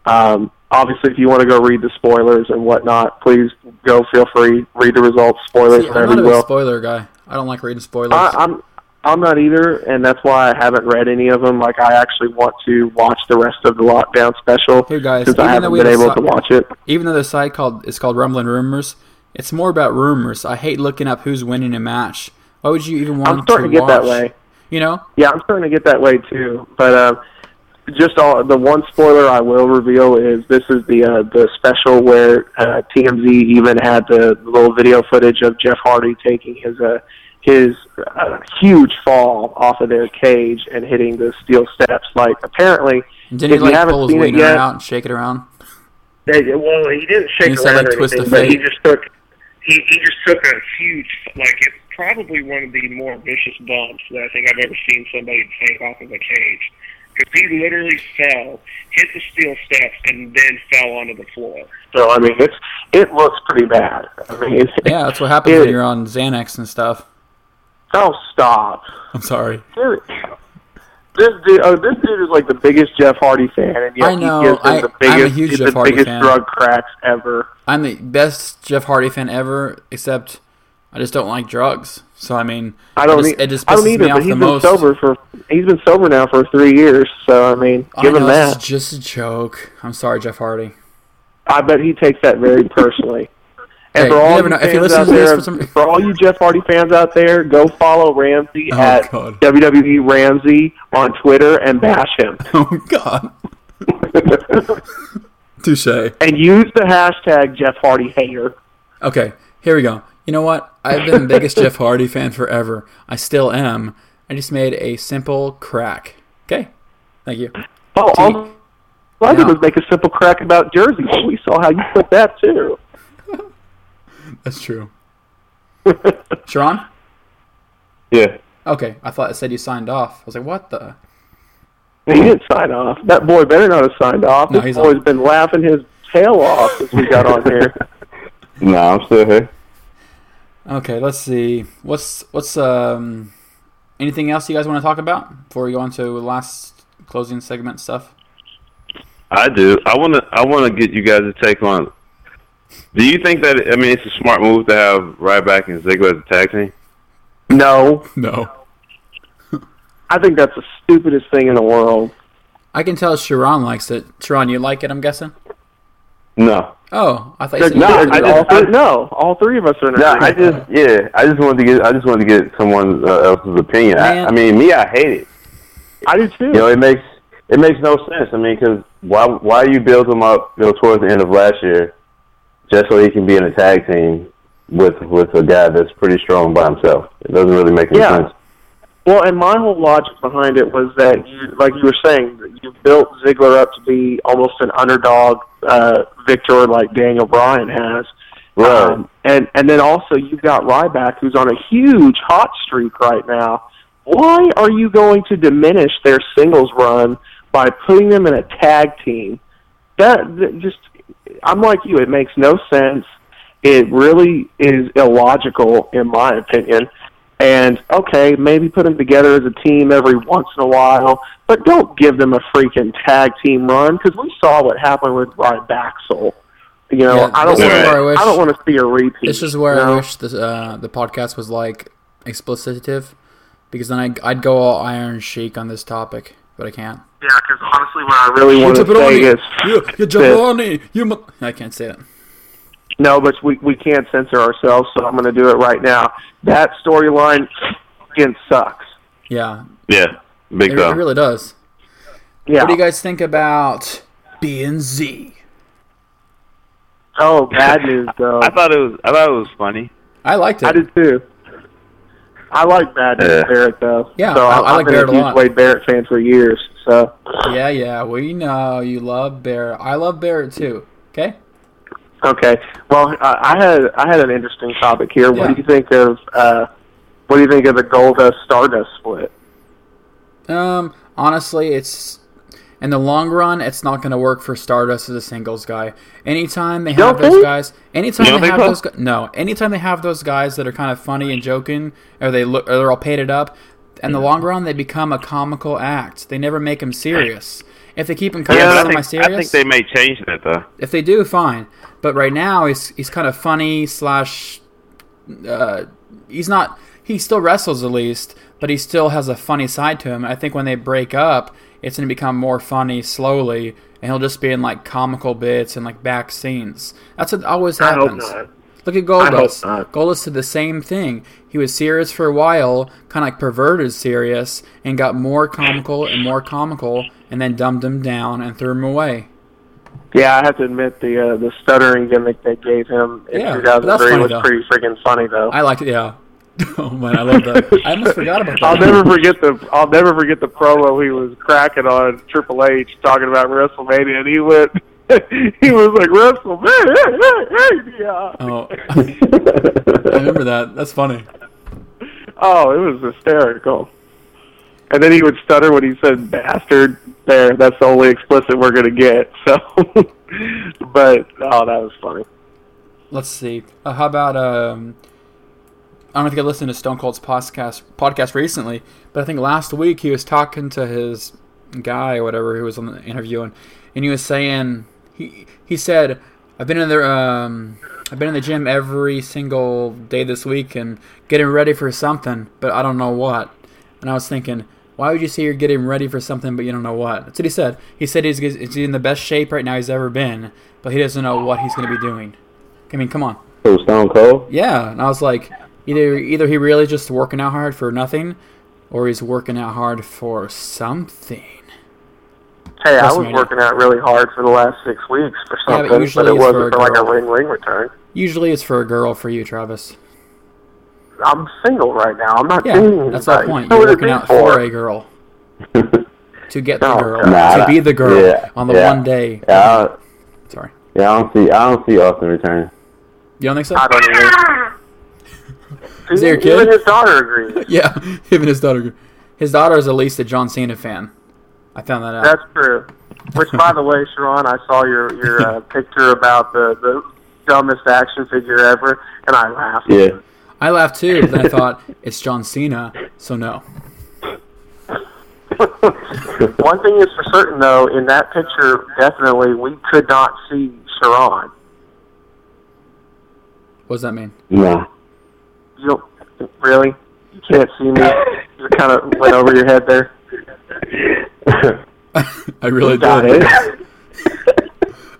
Um, obviously, if you want to go read the spoilers and whatnot, please go. Feel free. Read the results, spoilers,
See, I'm
whatever
not
you
a
will.
spoiler guy. I don't like reading spoilers.
I, I'm I'm not either, and that's why I haven't read any of them. Like I actually want to watch the rest of the lockdown special
Hey, guys,
since
even
I
though
haven't
we
been
have a
able
so-
to watch it.
even though the site called it's called Rumbling Rumors, it's more about rumors. I hate looking up who's winning a match. Why would you even want
I'm starting to get
watch?
that way.
You know,
Yeah, I'm starting to get that way too. But uh, just all the one spoiler I will reveal is this is the uh, the special where uh, TMZ even had the little video footage of Jeff Hardy taking his uh, his uh, huge fall off of their cage and hitting the steel steps. Like apparently,
didn't
if
he
you
like
haven't
pull his
seen it
wiener
yet,
out and shake it around?
They, well, he didn't shake
You said,
around
like,
or
twist the
anything, but he
fate.
just took he, he just took a huge like it's probably one of the more vicious bumps that I think I've ever seen somebody take off of a cage. Because he literally fell, hit the steel steps, and then fell onto the floor.
So I mean, it's it looks pretty bad. I mean, it's,
Yeah, that's what happens when
It-
you're on Xanax and stuff. *laughs*
Oh, stop!
I'm sorry.
Dude, This dude, oh, this dude is like the biggest Jeff Hardy fan, and yet
I know,
he gives him
I- I'm
the
a
biggest,
huge
he's
Jeff
the
Hardy
biggest
fan.
drug cracks ever.
I'm the best Jeff Hardy fan ever, except I just don't like drugs. So I mean,
I don't
it just,
need,
it just pisses
I don't
me
either,
off
but he's
the
been
most.
sober for he's been sober now for three years. So I mean,
I
give
know
him
this
that.
is just a joke. I'm sorry, Jeff Hardy. *laughs*
I bet he takes that very personally. And
Hey,
for
you
all
never
you
know. If you
fans
listen
out
to this
there,
for some-
for all you Jeff Hardy fans out there, go follow Ramsey
Oh,
at
God.
WWE Ramsey on Twitter and bash him. *laughs*
Oh God. Touche.
and use the hashtag Jeff Hardy hater.
Okay, here we go. You know what? I've been the biggest Jeff Hardy fan forever. I still am. I just made a simple crack. Okay. Thank you.
Oh,
See,
all I did
now-
was make a simple crack about jerseys. We saw how you put that too.
That's true. *laughs* Sharon?
Yeah.
Okay, I thought it said you signed off. I was like, what the?
He didn't sign off. That boy better not have signed off.
No,
this
he's
boy's
on.
been laughing his tail off since we got on
*laughs*
*laughs*
here.
No, I'm still here.
Okay, let's see. What's what's um anything else you guys want to talk about before we go on to last closing segment stuff?
I do. I want to. I want to get you guys a take on. Do you think that I mean it's a smart move to have Ryback and Ziggler as a tag team?
No,
No.
I think that's the stupidest thing in the world.
I can tell Sharon likes it. Sharon, you like it, I'm guessing?
No,
Oh, I thought you said
No,
you
I
didn't.
All
just-
three- no, all three of us are in
no. I
agreement.
just yeah. I just wanted to get. I just wanted to get someone uh, else's opinion. I,
Man.
I mean, me, I hate it.
I do too.
You know, it makes it makes no sense. I mean, because why why you build him up you know, towards the end of last year just so he can be in a tag team with with a guy that's pretty strong by himself? It doesn't really make any
Yeah.
sense.
Well, and my whole logic behind it was that, you, like you were saying, that you built Ziggler up to be almost an underdog uh, victor like Daniel Bryan has.
Right.
Um, and and then also you've got Ryback, who's on a huge hot streak right now. Why are you going to diminish their singles run by putting them in a tag team? That, that just, I'm like you. It makes no sense. It really is illogical, in my opinion. And okay, maybe put them together as a team every once in a while, but don't give them a freaking tag team run because we saw what happened with Rybaxel. You know,
Yeah,
I don't
this
is where I
want
wish-
to. I don't want to see a repeat.
This is where I
No.
wish the uh, the podcast was like explicitative, because then I, I'd go all Iron Sheik on this topic, but I can't.
Yeah, because honestly, what I really want to say
jabroni,
is
you, you jabroni, you. Mu- I can't say it.
no, but we we can't censor ourselves, so I'm going to do it right now. That storyline fucking sucks.
Yeah,
Yeah, big
it, it
time.
really does.
Yeah.
What do you guys think about B and Z?
oh, bad news
*laughs*
though.
I thought it was. I thought it was funny.
I liked it.
I did too. I like Bad News
Yeah.
Barrett though.
Yeah,
so
I- I
I've
like
been
Barrett a
a huge
lot.
Wade Barrett fan for years. So
Yeah, yeah, we know you love Barrett. I love Barrett too. Okay.
okay, well, I I had I had an interesting topic here.
Yeah.
What do you think of uh, what do you think of the Goldust Stardust split?
Um, honestly, it's in the long run, it's not going to work for Stardust as a singles guy. Anytime they have
don't
those
think?
guys, anytime
You don't
they have
think
those,
so?
gu- no, anytime they have those guys that are kind of funny and joking, or they look, or they're all painted up. In the long run, they become a comical act. They never make them serious. If they keep them kind
Yeah,
of
but
semi
I, think,
serious,
I think they may change that though.
if they do, fine. But right now, he's he's kind of funny slash. Uh, he's not. He still wrestles at least, but he still has a funny side to him. I think when they break up, it's going to become more funny slowly, and he'll just be in like comical bits and like back scenes. That's what always
I hope
happens.
not.
Look at
I hope
Goldust.
not.
Goldust did the same thing. He was serious for a while, kind of like perverted serious, and got more comical and more comical, and then dumbed him down and threw him away.
Yeah, I have to admit the uh, the stuttering gimmick they gave him in
Yeah, but that's
2003
funny,
was
though.
pretty freaking funny though.
I liked it. Yeah. *laughs* Oh man, I love that. I almost forgot about that.
I'll never forget the I'll never forget the promo he was cracking on Triple H talking about WrestleMania, and he went *laughs* he was like WrestleMania.
Oh, I
*laughs*
remember that. That's funny.
Oh, it was hysterical. And then he would stutter when he said "bastard." There, that's the only explicit we're gonna get. *laughs* So, but oh, that was funny.
Let's see. Uh, how about um? I don't think I listened to Stone Cold's podcast podcast recently, but I think last week he was talking to his guy or whatever who was on the interviewing, and he was saying he he said I've been in the um I've been in the gym every single day this week and getting ready for something, but I don't know what. And I was thinking, why would you say you're getting ready for something but you don't know what? That's what he said. He said he's, he's in the best shape right now he's ever been, but he doesn't know what he's going to be doing. I mean, come on.
So Stone Cold. *laughs*
Yeah, and I was like, either either he really just working out hard for nothing, or he's working out hard for something.
Hey, I
That's
was
me.
working out really hard for the last six weeks for
Yeah, but
something, but,
usually
it
it's for a
wasn't for like a
girl.
ring ring return.
Usually, it's for a girl. For you, Travis.
I'm single right now. I'm not
Yeah,
dating
that's our
anybody.
point.
So
You're
would it
working
be Oh,
out for a girl. To get the
No,
girl,
nah,
to be the girl
yeah,
on the
yeah.
one day.
Yeah, I don't,
Sorry,
yeah, I don't see, I don't see Austin returning.
you don't think so?
I don't
*laughs*
even.
Is there a
Even
kid?
his daughter
*laughs*
agrees.
*laughs* Yeah, him and his daughter. His daughter is at least a John Cena fan. I found that out.
That's true. Which, by the way, Sharon, I saw your your
*laughs*
uh, picture about the the dumbest action figure ever, and I laughed.
*laughs* Yeah,
I laughed too, but then I thought it's John Cena, so no.
*laughs* One thing is for certain, though, in that picture, definitely we could not see Sharon.
What does that mean? *laughs*
no.
You don't really? You can't see me. You kind of went over your head there.
I really
Got it.
did.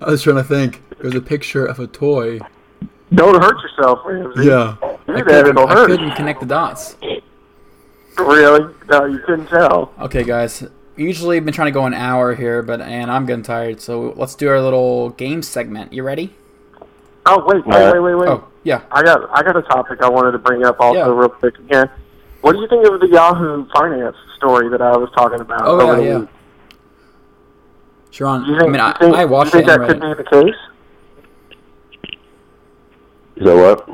I was trying to think. There's a picture of a toy.
Don't hurt yourself, Ramsey.
Yeah.
Do
I
that,
couldn't,
it'll
I
hurt.
couldn't connect the dots.
Really? No, you couldn't tell.
Okay, guys. Usually I've been trying to go an hour here, but and I'm getting tired, so let's do our little game segment. You ready?
Oh wait, wait,
Uh,
wait, wait, wait.
Oh, yeah.
I got I got a topic I wanted to bring up also
Yeah.
real quick again. What do you think of the Yahoo Finance story that I was talking about over
Oh,
the
yeah, yeah.
week?
Sharon,
Do you
I
think,
mean, I,
do you think,
I watched
do
it
you
and read
think that could
it.
be the case?
*laughs* So what?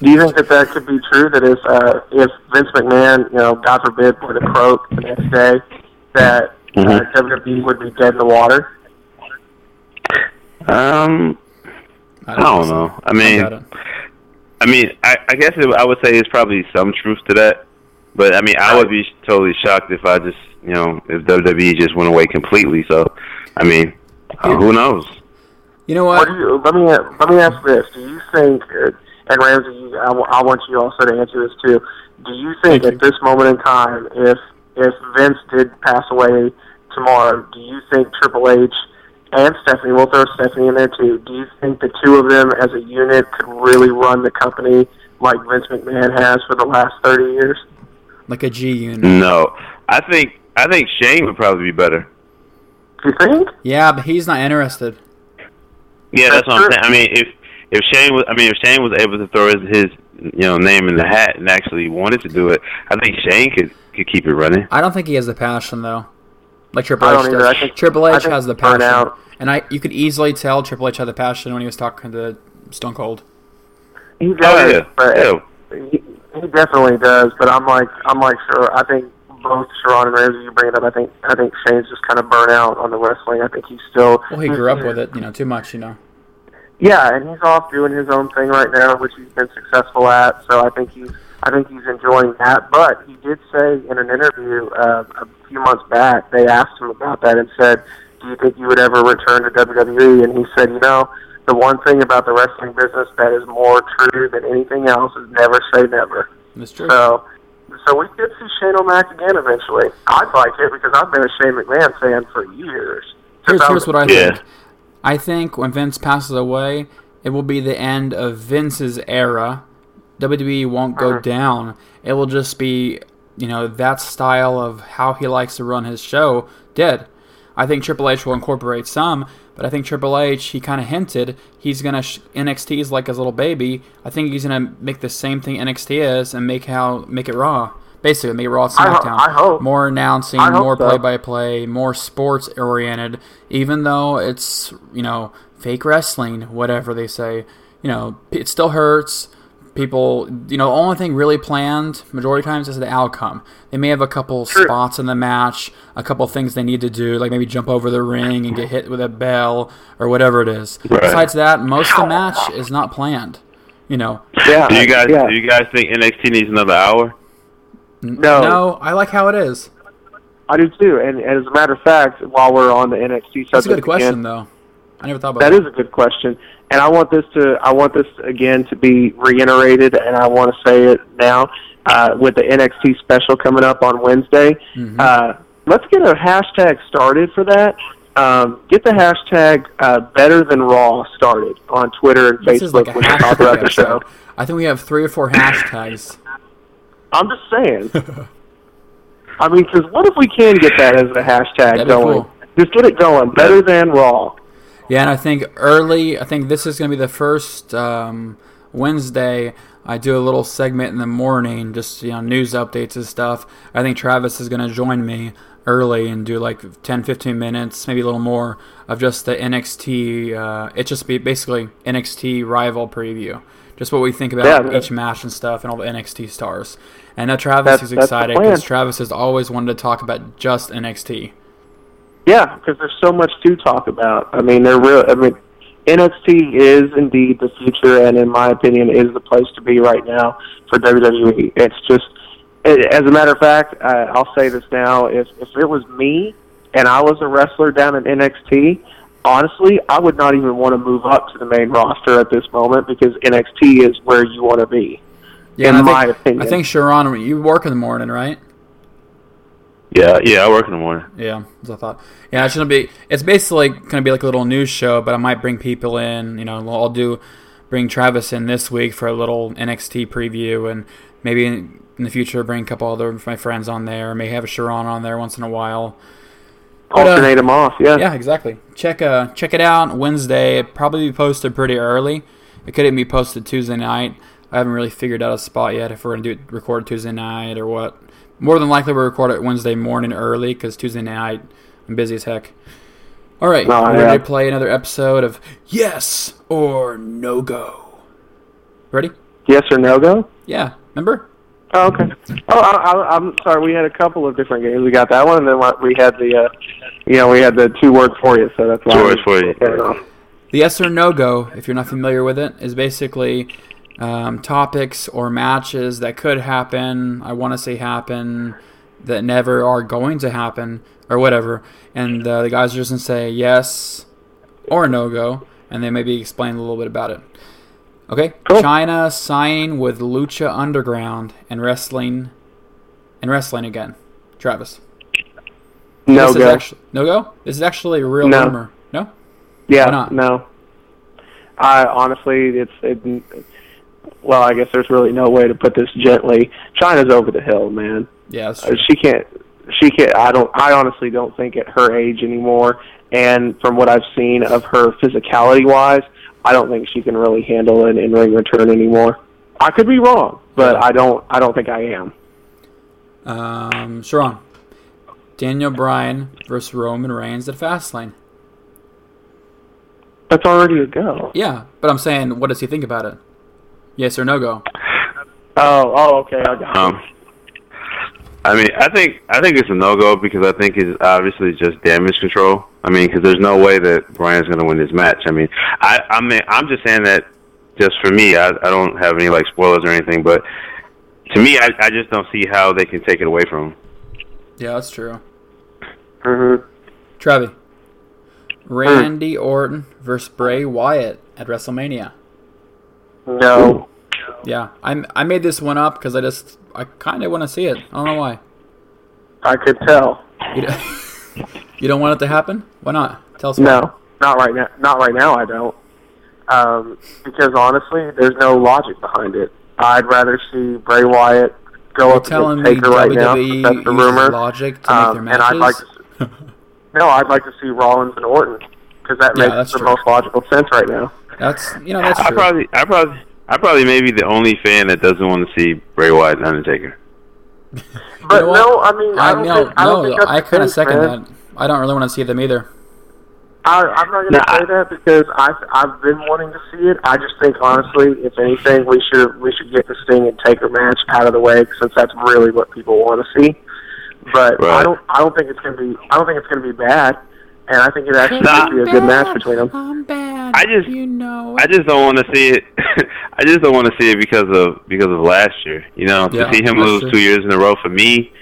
Do you think that that could be true? That if uh, if Vince McMahon, you know, God forbid, were to croak the next day, that
Mm-hmm.
Mhm.
uh, WWE would be dead in the water?
Um, I don't
think so.
know. I
I
mean,
got it.
I mean, I, I guess it, I would say there's probably some truth to that, but I mean, I would be totally shocked if I just, you know, if WWE just went away completely. So, I mean, uh, who knows?
You know what?
What do you, let me let me ask this: Do you think, uh, and Ramsey, you- I, w- I want you also to answer this too. Do you think
Thank
at
you.
this moment in time, if if Vince did pass away tomorrow, do you think Triple H and Stephanie, we'll throw Stephanie in there too. Do you think the two of them as a unit could really run the company like Vince McMahon has for the last thirty years?
Like a G unit.
No, I think I think Shane would probably be better.
Do you think?
Yeah, but he's not interested.
Yeah, that's,
That's
what I'm saying. I mean, if if Shane was, I mean, if Shane was able to throw his, his you know name in the hat and actually wanted to do it, I think Shane could could keep it running.
I don't think he has the passion though. Like Triple
I
H
don't either.
does.
I think-
Triple
I
H
think
has the
he's burnt
passion,
out.
and I you could easily tell Triple H had the passion when he was talking to Stone Cold.
He
Oh
does,
yeah,
but
yeah.
He, he definitely does, but I'm like I'm like sure I think both Sharon and Ramsey you bring it up, I think I think Shane's just kinda burnt out on the wrestling. I think he's still
Well, he grew up with it, you know, too much, you know.
Yeah, and he's off doing his own thing right now, which he's been successful at, so I think he's I think he's enjoying that. But he did say in an interview uh, a few months back, they asked him about that and said, Do you think you would ever return to WWE? And he said, You know, the one thing about the wrestling business that is more true than anything else is never say never.
That's true.
So, so we could see Shane O'Mac again eventually. I'd like it because I've been a Shane McMahon fan for years.
here's, here's what I
Yeah.
think. I think when Vince passes away, it will be the end of Vince's era. WWE won't go
Uh-huh.
down. It will just be, you know, that style of how he likes to run his show dead. I think Triple H will incorporate some, but I think Triple H, he kind of hinted he's going to. Sh- NXT is like his little baby. I think he's going to make the same thing NXT is and make how make it Raw. Basically, make it Raw
I ho-
SmackDown.
I hope.
More announcing,
I hope
more
so.
play by play play, more sports oriented, even though it's, you know, fake wrestling, whatever they say. You know, p- it still hurts. People, you know, the only thing really planned majority of times is the outcome. They may have a couple spots in the match, a couple things they need to do, like maybe jump over the ring and get hit with a bell or whatever it is.
Right.
Besides that, most of the match is not planned. You know,
uh, Yeah,
Do you guys do you guys think NXT needs another hour?
no,
no, I like how it is.
I do too. And, and as a matter of fact, while we're on the NXT subject,
That's a good
again,
question, though. I never thought about
That is a good question, and I want this to I want this again to be reiterated, and I want to say it now uh, with the NXT
Mm-hmm.
special coming up on Wednesday. Uh, let's get a hashtag started for that. um, get the hashtag uh, better than raw started on Twitter and
This is
Facebook
like a
when we talk
hashtag
about the show.
episode. I think we have three or four hashtags.
I'm just saying.
*laughs*
I mean, because what if we can get that as a hashtag
That'd be
going?
cool.
Just get it going. Better than raw.
Yeah, and I think early, I think this is going to be the first um, Wednesday. I do a little segment in the morning, just you know, news updates and stuff. I think Travis is going to join me early and do like 10, 15 minutes, maybe a little more of just the NXT. Uh, it just be basically NXT rival preview, just what we think about
Yeah, that-
each match and stuff, and all the NXT stars. And I know Travis
That's-
is
that's the
excited because
plan.
Travis has always wanted to talk about just NXT.
Yeah, because there's so much to talk about. I mean, they're real. I mean, NXT is indeed the future, and in my opinion, is the place to be right now for WWE. It's just, a- as a matter of fact, uh, I'll say this now: if if it was me and I was a wrestler down in NXT, honestly, I would not even want to move up to the main roster at this moment because NXT is where you want to be.
Yeah,
In
and I
my
think,
opinion.
I think Sharon, you work in the morning, right?
Yeah, yeah, I work in the morning.
Yeah, as I thought. Yeah, it's gonna be. It's basically gonna be like a little news show, but I might bring people in. You know, I'll do bring Travis in this week for a little NXT preview, and maybe in, in the future bring a couple other of my friends on there. Maybe have Sharon on there once in a while. But, uh,
Alternate them off, yeah.
Yeah, exactly. Check uh check it out Wednesday. It probably be posted pretty early. It could even be posted Tuesday night. I haven't really figured out a spot yet if we're gonna do it, record Tuesday night or what. More than likely, we'll record it Wednesday morning early because Tuesday night I'm busy as heck. All right,
Oh,
we're
yeah.
ready to play another episode of Yes or No Go. Ready?
Yes or no go?
Yeah. Remember?
Oh, okay. Oh, I, I, I'm sorry. We had a couple of different games. We got that one, and then what- we had the, uh, you know, we had the two word for you. So that's why.
Two
I
words
was
for you.
throwing off.
The yes or no go, if you're not familiar with it, is basically um, topics or matches that could happen, I want to say happen, that never are going to happen, or whatever. And uh, the guys are just going to say yes or no go, and they maybe explain a little bit about it. Okay?
Cool.
China signing with Lucha Underground and wrestling and wrestling again. Travis.
No
This is
go.
actu- no go? This is actually a real
No.
rumor. No? why
yeah.
not?
No. I honestly, it's it. Well, I guess there's really no way to put this gently. China's over the hill, man.
Yeah, that's
Uh,
true.
She can't. She can't. I don't. I honestly don't think at her age anymore. And from what I've seen of her physicality wise, I don't think she can really handle an in ring return anymore. I could be wrong, but I don't. I don't think I am.
Um, Sharon, Daniel Bryan versus Roman Reigns at Fastlane.
That's already a go.
Yeah, but I'm saying, what does he think about it? Yes or no go?
Oh. Oh. Okay. I got.
Um, I mean, I think I think it's a no go because I think it's obviously just damage control. I mean, because there's no way that Brian's going to win this match. I mean, I I mean, I'm just saying that just for me. I I don't have any like spoilers or anything, but to me, I I just don't see how they can take it away from him.
Yeah, that's true.
Mhm.
Travi, Randy Orton versus Bray Wyatt at WrestleMania.
No.
Yeah, I I made this one up because I just I kind of want to see it. I don't know why.
I could tell.
You don't, *laughs* you don't want it to happen? Why not? Tell us. why.
No. Not right now. Not right now. I don't. Um, because honestly, there's no logic behind it. I'd rather see Bray Wyatt go
You're
up
telling
and
me E
take her right now.
WWE
since That's the
uses
rumor.
logic to make
Um,
their
and I'd like
matches?
to. See, no, I'd like to see Rollins and Orton because that
Yeah, that's
makes the
true.
most logical sense right now.
That's you know that's
I
true.
probably I probably I probably may be the only fan that doesn't want to see Bray Wyatt and Undertaker.
But
know what?
no, I mean, I,
I
don't
know,
think, I don't
no,
think that's
I
the
kind of
case,
second
man.
that. I don't really want to see them either.
I, I'm not going to
Nah.
say that because I've I've been wanting to see it. I just think honestly, if anything, we should we should get the Sting and Taker match out of the way since that's really what people want to see. But I
Right.
don't I don't think it's going to be I don't think it's going to be bad, and I think it actually could be a good match between them.
I'm bad.
I just-
you know.
I just don't want to see it. *laughs* I just don't want to see it because of because of last year. You know,
Yeah,
to see him
that's
lose
true.
two years in a row for me,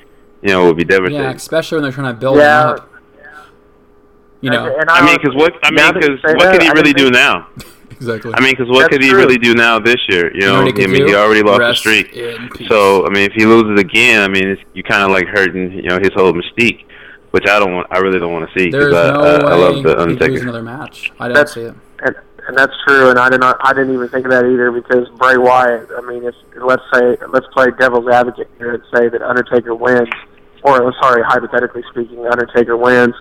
you know, would be devastating.
yeah, especially when they're trying to build
Yeah.
him up. You know
And
I mean, because what I
now
mean,
that you
because
say
what
that,
could
I
he
don't
really do
think-
now?
exactly.
I mean, because what
That's
could he
true.
really do now this year? You know,
what he
I
could
mean, he
do?
already lost
Rest
the streak.
in peace.
So I mean, if he loses again, I mean, it's, you kind of like hurting, you know, his whole mystique. which I don't want. I really don't want to see
There's
because I,
no
I,
way
uh, I love the
he'd lose
Undertaker.
another match. I don't
That's-
see it.
And, and that's true. And I did not. I didn't even think of that either because Bray Wyatt. I mean, if let's say let's play devil's advocate here and say that Undertaker wins, or sorry, hypothetically speaking, Undertaker wins.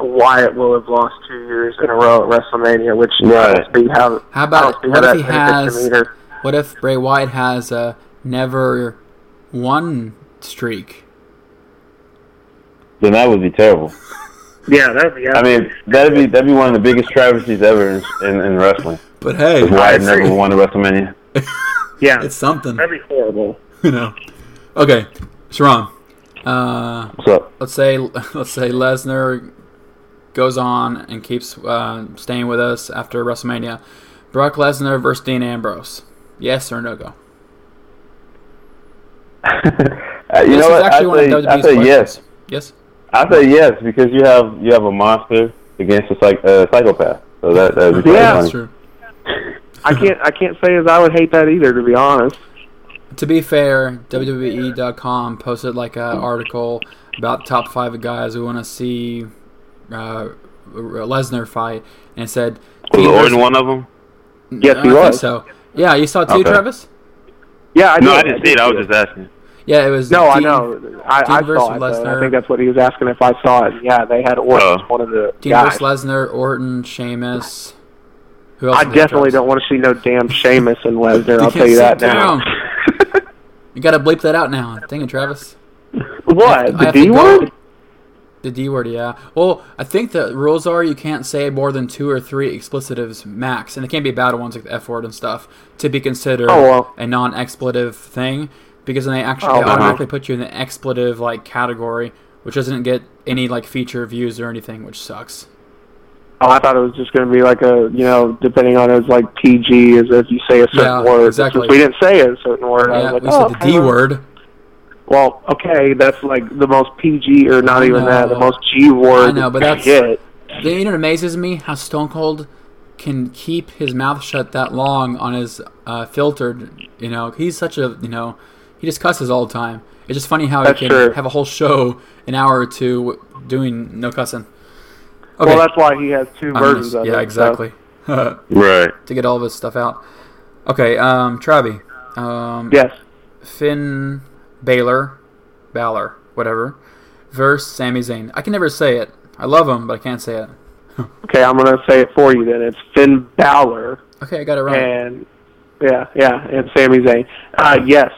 Wyatt will have lost two years in a row at WrestleMania, which I
Right.
don't see how.
How
I don't
about
see
what
how
if he
that
has?
benefits him either.
What if Bray Wyatt has a never won streak?
Then that would be terrible.
Yeah, that'd be.
I mean, that'd be that'd be one of the biggest travesties ever in in, in wrestling.
But hey,
Wyatt never won a WrestleMania.
yeah,
it's something,
that'd be horrible.
*laughs* you know. Okay, Sharon. Uh,
What's up?
let's say *laughs* let's say Lesnar goes on and keeps uh, staying with us after WrestleMania. Brock Lesnar versus Dean Ambrose. Yes or no go?
*laughs* Uh, you
this
know
is
what? I
actually one
say,
of
I
WWE's
say yes.
questions. Yes.
I say yes because you have you have a monster against a psych, uh, psychopath. So that that would be
Yeah.
That's
funny.
true.
I can't. I can't say as I would hate that either, to be honest.
To be fair, WWE.com posted like an article about the top five guys we want to see uh, Lesnar fight, and it said
Was
Dean
Orton
versus-
one of them?
Yes,
I
he
think
was.
So yeah, you saw it too,
Okay.
Travis.
Yeah, I
No,
did.
I didn't see it. I was just asking.
Yeah, it was.
No, I
Dean-
know. I, I
versus
saw it. though. I
Lesnar.
think that's what he was asking if I saw it. Yeah, they had Orton
Oh.
as one of the
Dean
guys.
versus Lesnar, Orton, Sheamus. Who else?
I
is there,
definitely
Travis?
don't want to see no damn Sheamus and Lesnar. I'll
You
tell you
can't
that
sit
now.
down. you gotta bleep that out now. Dang it, Travis. I
*laughs* What
have to
the D
go-
word?
The D word, yeah. Well, I think the rules are you can't say more than two or three explicitives max, and they can't be battle ones like the F word and stuff to be considered
Oh, well.
a non-expletive thing because then they actually
Oh,
they
uh-huh.
automatically put you in the expletive like category, which doesn't get any like feature views or anything, which sucks.
Oh, I thought it was just going to be like a you know, depending on it's like PG, as if you say a certain
Yeah,
word.
exactly.
Since we didn't say a certain word, I
yeah,
was
we
like,
said
oh,
the
okay,
D
well-
word.
Well, okay, that's like the most PG, or not even that, the
know.
most G word.
I know, but
you
that's-
get.
Then you know what amazes me? How Stone Cold can keep his mouth shut that long on his uh, filtered. You know, he's such a you know, he just cusses all the time. It's just funny how
That's
he can
true.
have a whole show, an hour or two, w- doing no cussing. Okay,
Well, that's why he has two
I'm
versions
just-
of it.
yeah,
so-
exactly. *laughs* to
Right.
get all of his stuff out. Okay, um, Travi, um,
Yes.
Finn Baylor, Balor, whatever, verse Sami Zayn. I can never say it. I love him, but I can't say it.
Okay, I'm gonna say it for you then. It's Finn Balor
Okay, I got it right.
and yeah, yeah, and Sami Zayn. Uh, yes,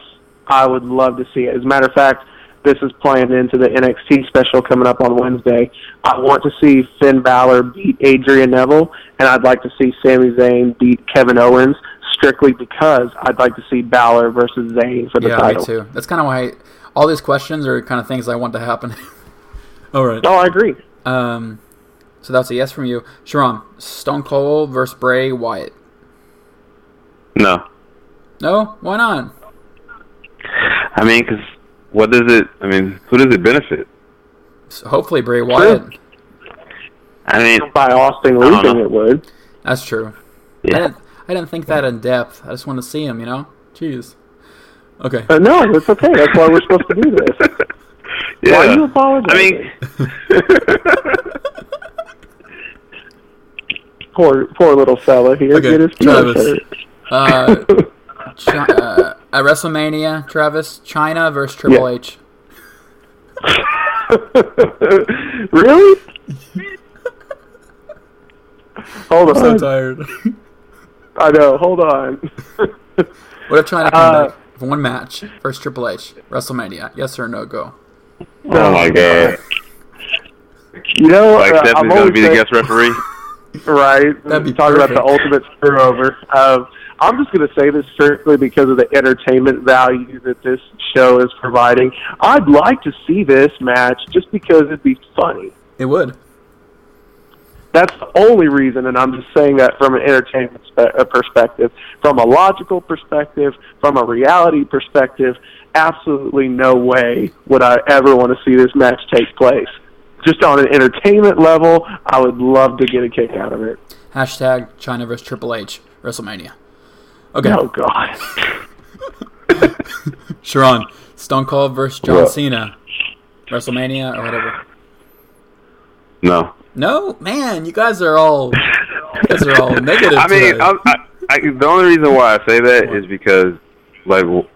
I would love to see it. As a matter of fact, this is planned into the NXT special coming up on Wednesday. I want to see Finn Balor beat Adrian Neville, and I'd like to see Sami Zayn beat Kevin Owens strictly because I'd like to see Balor versus Zayn for the
Yeah,
title.
me too. That's kind of why all these questions are kind of things I want to happen. *laughs* all right.
No, I agree.
Um, so that's a yes from you, Sharon. Stone Cold versus Bray Wyatt.
No.
No, why not?
I mean, because what does it? I mean, who does it benefit?
So hopefully Bray Wyatt.
I mean,
By Austin
don't
losing,
know.
it would.
That's true. I
yeah.
didn't, I didn't think that in depth. I just want to see him. You know. Jeez. Okay.
But no, that's okay. That's why we're supposed to
*laughs*
do this.
*laughs* yeah.
Why are you
I
apologizing?
*laughs*
mean, *laughs*
poor poor little fella here.
Okay,
Get his
Travis.
t-shirt.
Uh, *laughs* Chi- uh, at WrestleMania, Travis China versus Triple
*laughs*
H.
*laughs* really? Hold
So
on.
tired.
I know.
*laughs*
Hold on.
Oh,
what if China come
Uh,
back for one match versus Triple H WrestleMania? Yes or no? Go.
oh my
uh,
god!
You know,
Like
uh, I'm
Stephanie's
always
gonna be the
saying-
guest referee.
right.
That'd be
talk about the
perfect.
ultimate screw over. Um, I'm just going to say this strictly because of the entertainment value that this show is providing. I'd like to see this match just because it'd be funny.
It would.
That's the only reason, and I'm just saying that from an entertainment spe- uh, perspective, from a logical perspective, from a reality perspective. Absolutely no way would I ever want to see this match take place. Just on an entertainment level, I would love to get a kick out of it.
Hashtag China vs. Triple H WrestleMania. Okay,
Oh God,
Sharon, Stone Cold versus John
What?
Cena, WrestleMania or whatever.
No.
No, man, you guys are all you guys are all negative.
*laughs* I mean,
today.
I'm, I, I, the only reason why I say that is because, like, w-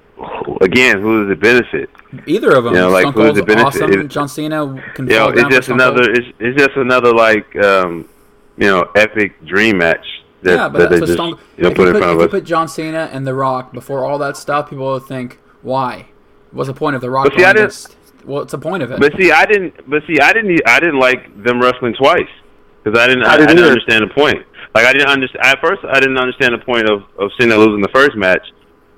again, who does it benefit?
either of them.
you know, like,
Stone
who's
Cold's
the benefit?
awesome.
It-
John Cena can
You know,
fall down
it's
for
just
Stone Cold.
another. It's, it's just another like, um, you know, epic dream match that,
yeah, but
that
that's
they
what
just
Stone.
you know
if
put
you
in front
if
of
you
us.
put John Cena and The Rock before all that stuff, people would think, why? What's the point of The Rock?
But see, I
doing
didn't-
this? What's the point of it?
But see, I didn't. But see, I didn't. I didn't like them wrestling twice because I didn't. I,
I didn't
I didn't
either.
understand the point. Like I didn't understand at first. I didn't understand the point of of Cena losing the first match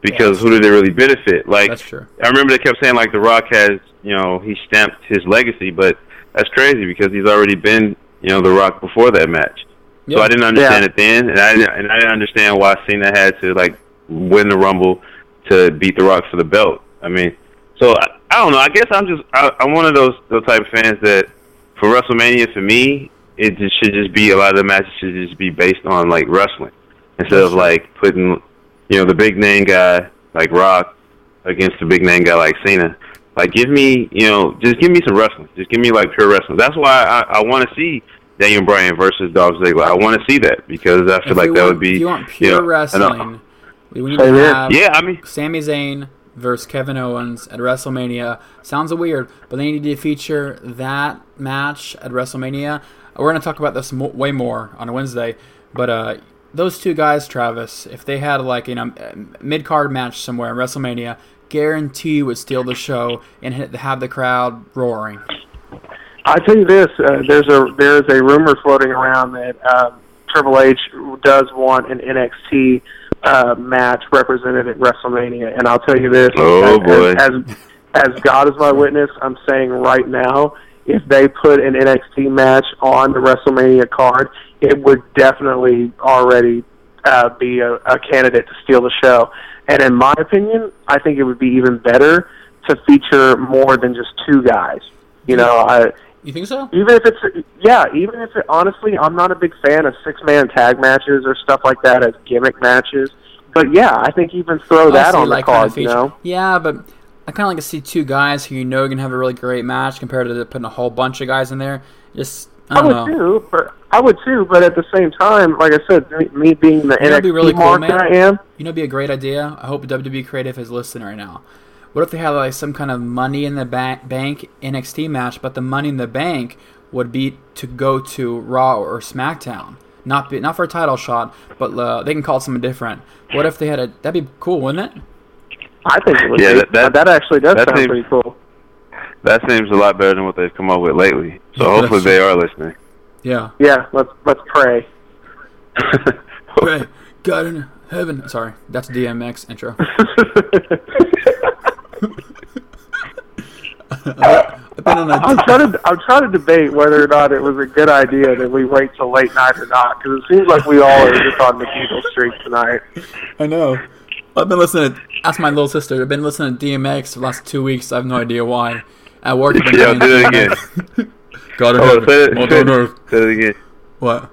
because who did they really benefit? Like
That's true.
I remember they kept saying like The Rock has you know he stamped his legacy, but that's crazy because he's already been you know The Rock before that match. So
Yeah.
I didn't understand it then, and I didn't, and I didn't understand why Cena had to like win the Rumble to beat The Rock for the belt. I mean, so I, I don't know. I guess I'm just I, I'm one of those those type of fans that for WrestleMania for me it just should just be a lot of the matches should just be based on like wrestling instead of like putting you know the big name guy like Rock against the big name guy like Cena. Like, give me, you know, just give me some wrestling. Just give me like pure wrestling. That's why I, I want to see Daniel Bryan versus Dolph Ziggler. I want to see that because I feel
If
like
you
that
want,
would be
if you want
you
pure
know,
wrestling.
I know.
we need
Say
to
that.
have
Yeah, I mean,
Sami Zayn versus Kevin Owens at WrestleMania. Sounds weird, but they need to feature that match at WrestleMania. We're going to talk about this mo- way more on Wednesday, but uh, those two guys, Travis, if they had like you know mid card match somewhere in WrestleMania, guarantee you would steal the show and hit, have the crowd roaring.
I tell you this, uh, there's a there is a rumor floating around that um, Triple H does want an NXT uh, match represented at WrestleMania, and I'll tell you this,
Oh,
as,
boy.
as as God is my witness, I'm saying right now, if they put an NXT match on the WrestleMania card, it would definitely already uh, be a, a candidate to steal the show. And in my opinion, I think it would be even better to feature more than just two guys. You know, I,
You think so?
even if it's yeah, even if it honestly, I'm not a big fan of six man tag matches or stuff like that as gimmick matches. But yeah, I think even throw
I
that
see,
on
like,
the
kinda
card. You
feature-
know,
Yeah, but I kind of like to see two guys who you know are gonna have a really great match compared to putting a whole bunch of guys in there. Just I
I
don't
would
know.
too, but I would too. But at the same time, like I said, me- me being the
know, it'd
NXT
be really cool,
mark
man.
that I am,
You know, it'd be a great idea. I hope WWE Creative is listening right now. What if they had like some kind of Money in the ba- Bank NXT match, but the Money in the Bank would be to go to Raw or SmackDown, not be not for a title shot, but uh, they can call it something different. What if they had a? That'd be cool, wouldn't it?
I think it would
Yeah,
be.
that- that-
that actually does
that
sound
seems-
pretty cool.
that seems a lot better than what they've come up with lately. So
Yeah,
hopefully
that's-
they are listening. *laughs*
Yeah.
Yeah, let's let's
*laughs*
pray. *laughs*
Pray, God in heaven. Sorry, that's DMX intro. *laughs* I've been on
I'm
a
trying to I'm trying to debate whether or not it was a good idea that we wait till late night or not because it seems like we all are just on McGeegle Street tonight.
I know. I've been listening to ask my little sister. I've been listening to DMX for the last two weeks. I have no idea why. At work, I've been
Yeah,
playing
do it again.
DMX. *laughs* God in
Oh,
heaven,
say it,
mother
say,
on earth.
it, *laughs* say it again.
What?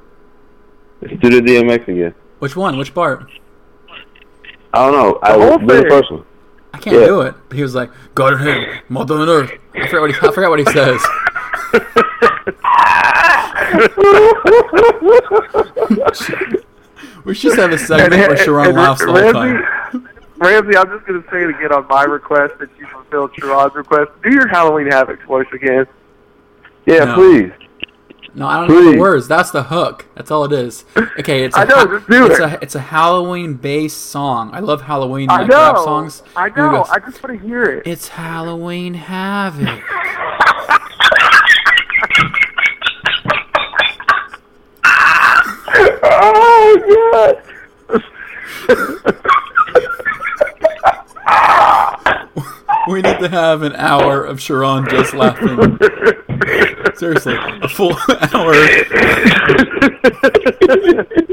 Do the DMX again.
Which one? Which part?
I don't know. I
whole
do Oh, the
thing.
first one.
I can't
Yeah.
do it. But he was like, God in heaven, mother on earth. I forgot what he, I forgot what he says. *laughs*
*laughs*
we should have a segment where Sharon laughs all the time.
Ramsey, I'm just going to say it again on my request that you fulfilled Sharon's request. Do your Halloween Havoc voice again.
Yeah,
No.
please.
No, I don't know the
Please.
words. That's the hook. That's all it is. Okay,
*laughs*
it's a
I know,
ha-
just do
it's
it.
a it's a Halloween based song. I love Halloween
I
like,
know.
rap songs.
I
And he
know.
goes,
I just want to hear it.
it's Halloween Havoc.
Oh, yes.
*laughs* We need to have an hour of Sharon just laughing. Seriously, a full *laughs* hour.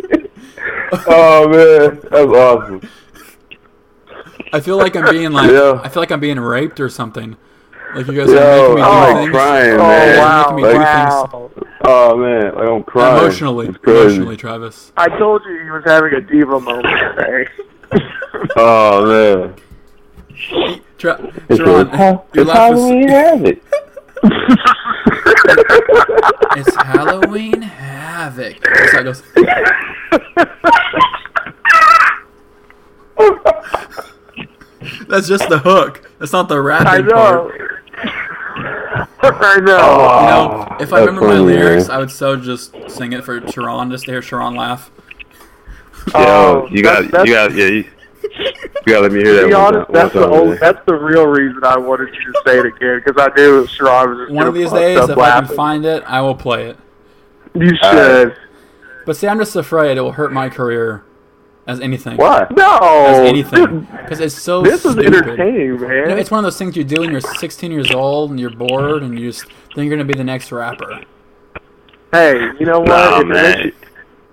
*laughs* Oh man, that's awesome.
I feel like I'm being like
Yeah.
I feel like I'm being raped or something. Like you guys
Yo,
are making me do
I'm
things
crying,
Oh,
man.
wow.
Making me do
wow.
Oh man, like, I'm crying
emotionally,
It's crazy.
emotionally, Travis.
I told you he was having a diva moment today.
Oh man,
Tra- Sharon,
It's
*laughs* your laugh was
Halloween Havoc.
It's Halloween Havoc. That's how it
*laughs*
goes. That's just the hook. That's not the rapping
I
part.
know. I know. *laughs*
You know,
Oh,
if I
That's
remember my
funny,
lyrics,
Aaron.
I would so just sing it for Sharon, just to hear Sharon laugh.
Yo,
Oh,
you
that's-
got, you
that's-
got, yeah, you, you got to let me hear
To
that
be
one
honest,
time-
that's
one
the
time,
old,
man.
that's the real reason I wanted you to say it again because I knew it was sure I was just
One
gonna
of these
bust
days,
up
if I can
laughing.
find it, I will play it.
You
All
should.
But see, I'm just afraid it will hurt my career as anything.
Why?
As
no,
anything.
dude,
Because it's so
this is
stupid.
entertaining, man.
You know, it's one of those things you do when you're 16 years old and you're bored and you just think you're going to be the next rapper.
hey, you know what?
Nah,
if, it
man.
makes you,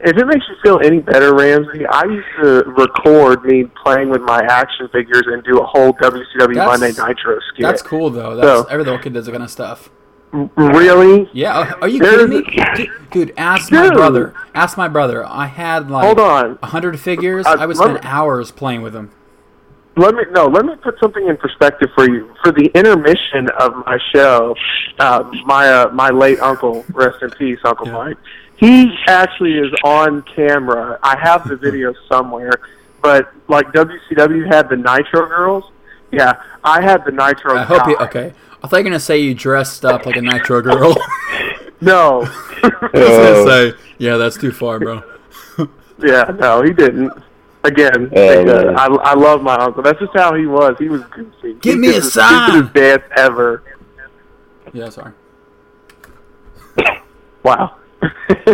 if it makes you feel any better, Ramsey, I used to record me playing with my action figures and do a whole WCW
That's-
Monday Nitro skit.
That's cool, though. That's,
So-
every little kid does that kind of stuff.
Really?
Yeah, are you
There's-
kidding me? Dude, dude, ask my
Dude.
brother. Ask my brother. I had like
Hold on.
100 figures.
Uh,
I would
let
spend
me-
hours playing with them.
Let me no. Let me put something in perspective for you. For the intermission of my show, uh, my uh, my late uncle, rest in peace, Uncle
Yeah.
Mike. He actually is on camera. I
*laughs*
have the video somewhere, but like WCW had the Nitro Girls. Yeah, I had the Nitro.
I hope you.
guy.
Okay. I thought you were going to say you dressed up like a Nitro girl. *laughs*
No.
I
*laughs*
was
Oh.
going to say, yeah, that's too far, bro.
yeah, no, he didn't. Again,
Hey,
because
man.
I I love my uncle. That's just how he was. He was goofy.
Give
he
me
did
a
the
sign.
stupidest dance ever.
Yeah, sorry.
Wow.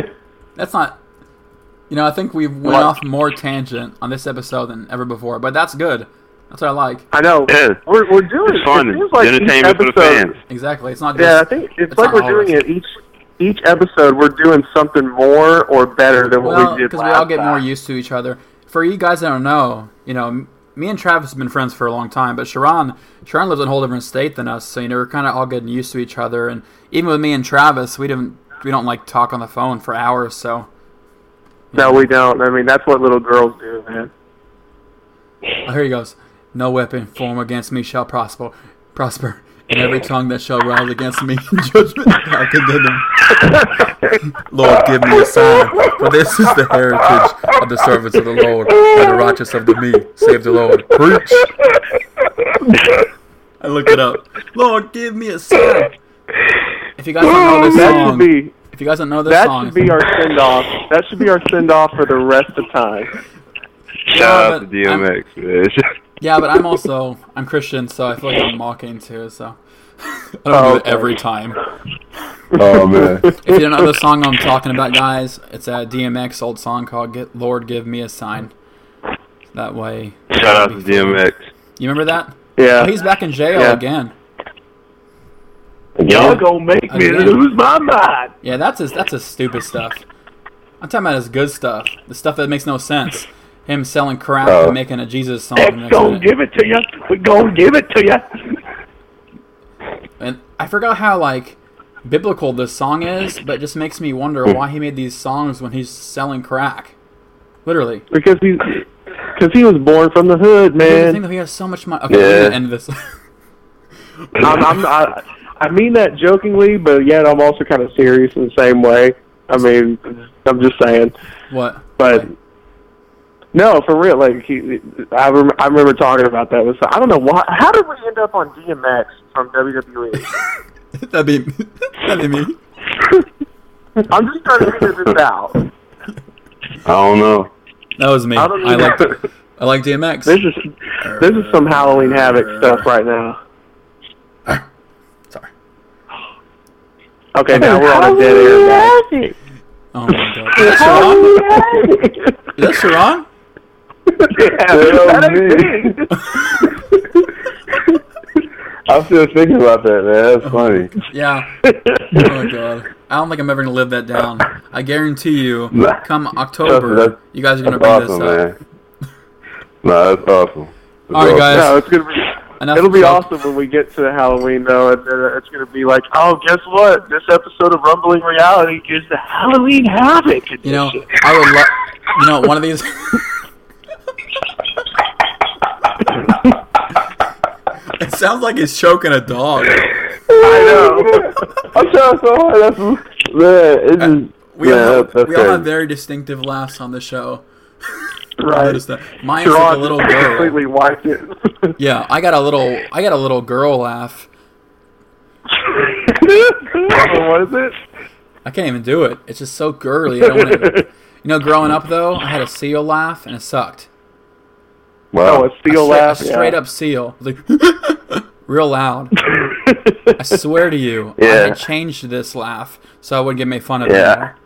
*laughs*
That's not. You know, I think we went
What?
off more tangent on this episode than ever before, but that's good. That's what I like.
I know.
Yeah.
We're, we're doing
It's fun.
It seems like each
entertainment for the
episode-
fans.
Exactly. It's not just.
Yeah, I think it's,
It's
like
not
we're doing
ours.
it each each episode. We're doing something more or better than
well,
what we did
because we
last
all get
time.
more used to each other. For you guys that don't know, you know, m- me and Travis have been friends for a long time, but Sharon, Sharon lives in a whole different state than us, so you know we're kind of all getting used to each other. And even with me and Travis, we didn't, we don't like talk on the phone for hours. So
No, we don't. I mean, that's what little girls do, *laughs* man.
oh, here he goes. No weapon formed against me shall prosper, prosper, and every tongue that shall rise against me in judgment I condemn them. Lord, give me a sign, for this is the heritage of the servants of the Lord, and the righteous of the me. Save the Lord. Preach. I looked it up. Lord, give me a sign. If you guys don't know this
that
song,
should be
if you guys don't know this
that
song,
should be our send off. That should be our send off for the rest of time.
Shout out to
but
DMX, man.
yeah, but I'm also I'm Christian, so I feel like I'm mocking too. So *laughs* I don't
Oh,
do it
okay.
every time.
*laughs* oh man.
If you don't know the song I'm talking about, guys, it's a DMX old song called "Get Lord Give Me a Sign." That way,
Shout out to DMX.
you remember that?
Yeah.
Oh, he's back in jail
Yeah.
again.
Y'all
gonna make
me Again. lose
my mind.
Yeah, that's his that's his stupid stuff. I'm talking about his good stuff, the stuff that makes no sense. Him selling crap
Oh.
and making a Jesus song. the next minute.
it to you. We're gonna give it to you.
And I forgot how like biblical this song is, but it just makes me wonder why he made these songs when he's selling crack. Literally,
Because he, because he was born from the hood,
Dude, the
man.
thing that he has so much money. Okay, we're gonna
Yeah.
end this. *laughs*
I'm, I'm, I, I mean that jokingly, but yet I'm also kind of serious in the same way. I mean, I'm just saying.
what?
But no, for real, like he, I, rem- I remember talking about that. With I don't know why. How did we end up on DMX from E.
*laughs*
WWE?
that'd be that'd be me.
I'm just trying to figure this out.
I don't know.
That was me. I,
I don't even-
like I like DMX.
*laughs* This is this is some Halloween Havoc stuff right now.
Sorry. *laughs*
Okay, now we're on a dead air. now.
Oh my god.
*laughs*
Is that Sharon? *laughs* Is that Sharon?
I'm still thinking about that, man. That's funny.
Yeah. *laughs* Oh my god. I don't think I'm ever gonna live that down. I guarantee you, come
That's-
October, you guys are gonna
That's
bring
awesome,
this up.
man. No, that's awesome. That's
All right,
awesome.
guys.
No, it's gonna be.
Enough
it'll be
joke.
awesome when we get to Halloween, though, and uh, it's gonna be like, oh, guess what? This episode of Rumbling Reality is the Halloween Havoc.
You know, I would love. You know, one of these. *laughs* it sounds like he's choking a dog.
I know.
I'm trying so hard. That's
this is,
Uh, We,
yeah,
all,
that's- that's
we all
fair.
have very distinctive laughs on the show. I
right.
noticed that. Mine's
Gerard
like a little
just
girl.
completely wiped it.
Yeah, I got a little. I got a little girl laugh.
*laughs* what is it?
I can't even do it. It's just so girly. I don't want to. You know, growing up though, I had a seal laugh and it sucked.
Wow.
Oh, a seal
Straight-
laugh.
a straight
yeah.
up seal, It was like *laughs* real loud. I swear to you, I
Yeah.
had changed this laugh so I wouldn't get made fun of.
Yeah.
anymore.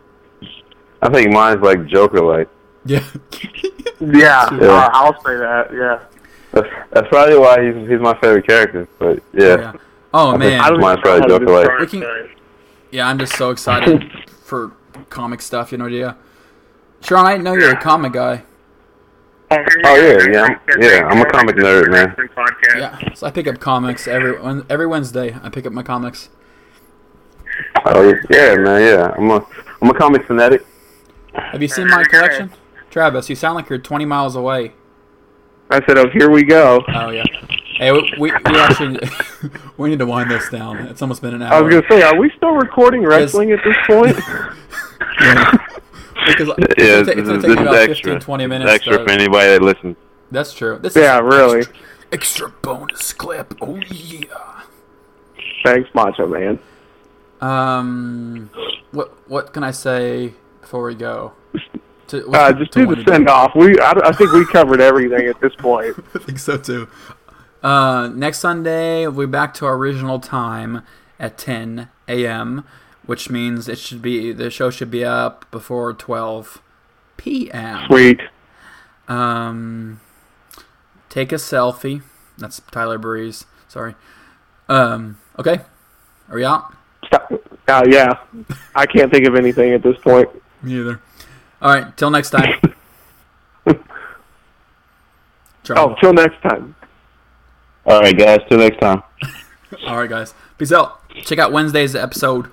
*laughs*
I think mine's like Joker like.
Yeah.
*laughs* Yeah,
Yeah.
I- I'll say that. Yeah.
That's, that's probably why he's he's my favorite character. But yeah,
yeah. Oh
I think
man.
mine's probably Joker like.
We
Oh,
can- Yeah, I'm just so excited for comic stuff. You know, yeah. Sean, I didn't know you were a comic guy.
Oh, here we
Oh,
go.
yeah, yeah, I'm- yeah, I'm a comic nerd, man.
Podcast.
Yeah, so I pick up comics every Wed- every Wednesday. I pick up my comics.
Oh yeah, yeah, man, yeah. I'm a I'm a comic fanatic.
Have you seen my collection, Travis? You sound like you're 20 miles away.
I said, oh, here we go.
Oh yeah. Hey, we we, we actually *laughs* we need to wind this down. It's almost been an hour.
I was gonna say, are we still recording wrestling at this
*laughs*
point?
because
Yeah,
it's, gonna ta- it's
this,
gonna
is
take
this
about
is
15,
extra.
20
This is
minutes.
extra
to-
for anybody that listens.
that's true. This
yeah,
is
really.
extra bonus clip. Oh yeah.
Thanks, Macho Man.
Um, what what can I say before we go? To,
Uh, just do the
wind it down?
send off. We, I, I think we covered everything at this point.
I think so too. Uh, next Sunday, we'll be back to our original time at 10 a.m., which means it should be the show should be up before 12 p.m.
Sweet.
Um, take a selfie. That's Tyler Breeze. Sorry. Um, okay. Are we out?
Stop. Uh, yeah, I can't think of anything at this point.
Me either. All right. Till next time.
Oh,
Trouble.
till next time.
All right, guys. Till next time.
All right, guys. Peace out. Check out Wednesday's episode.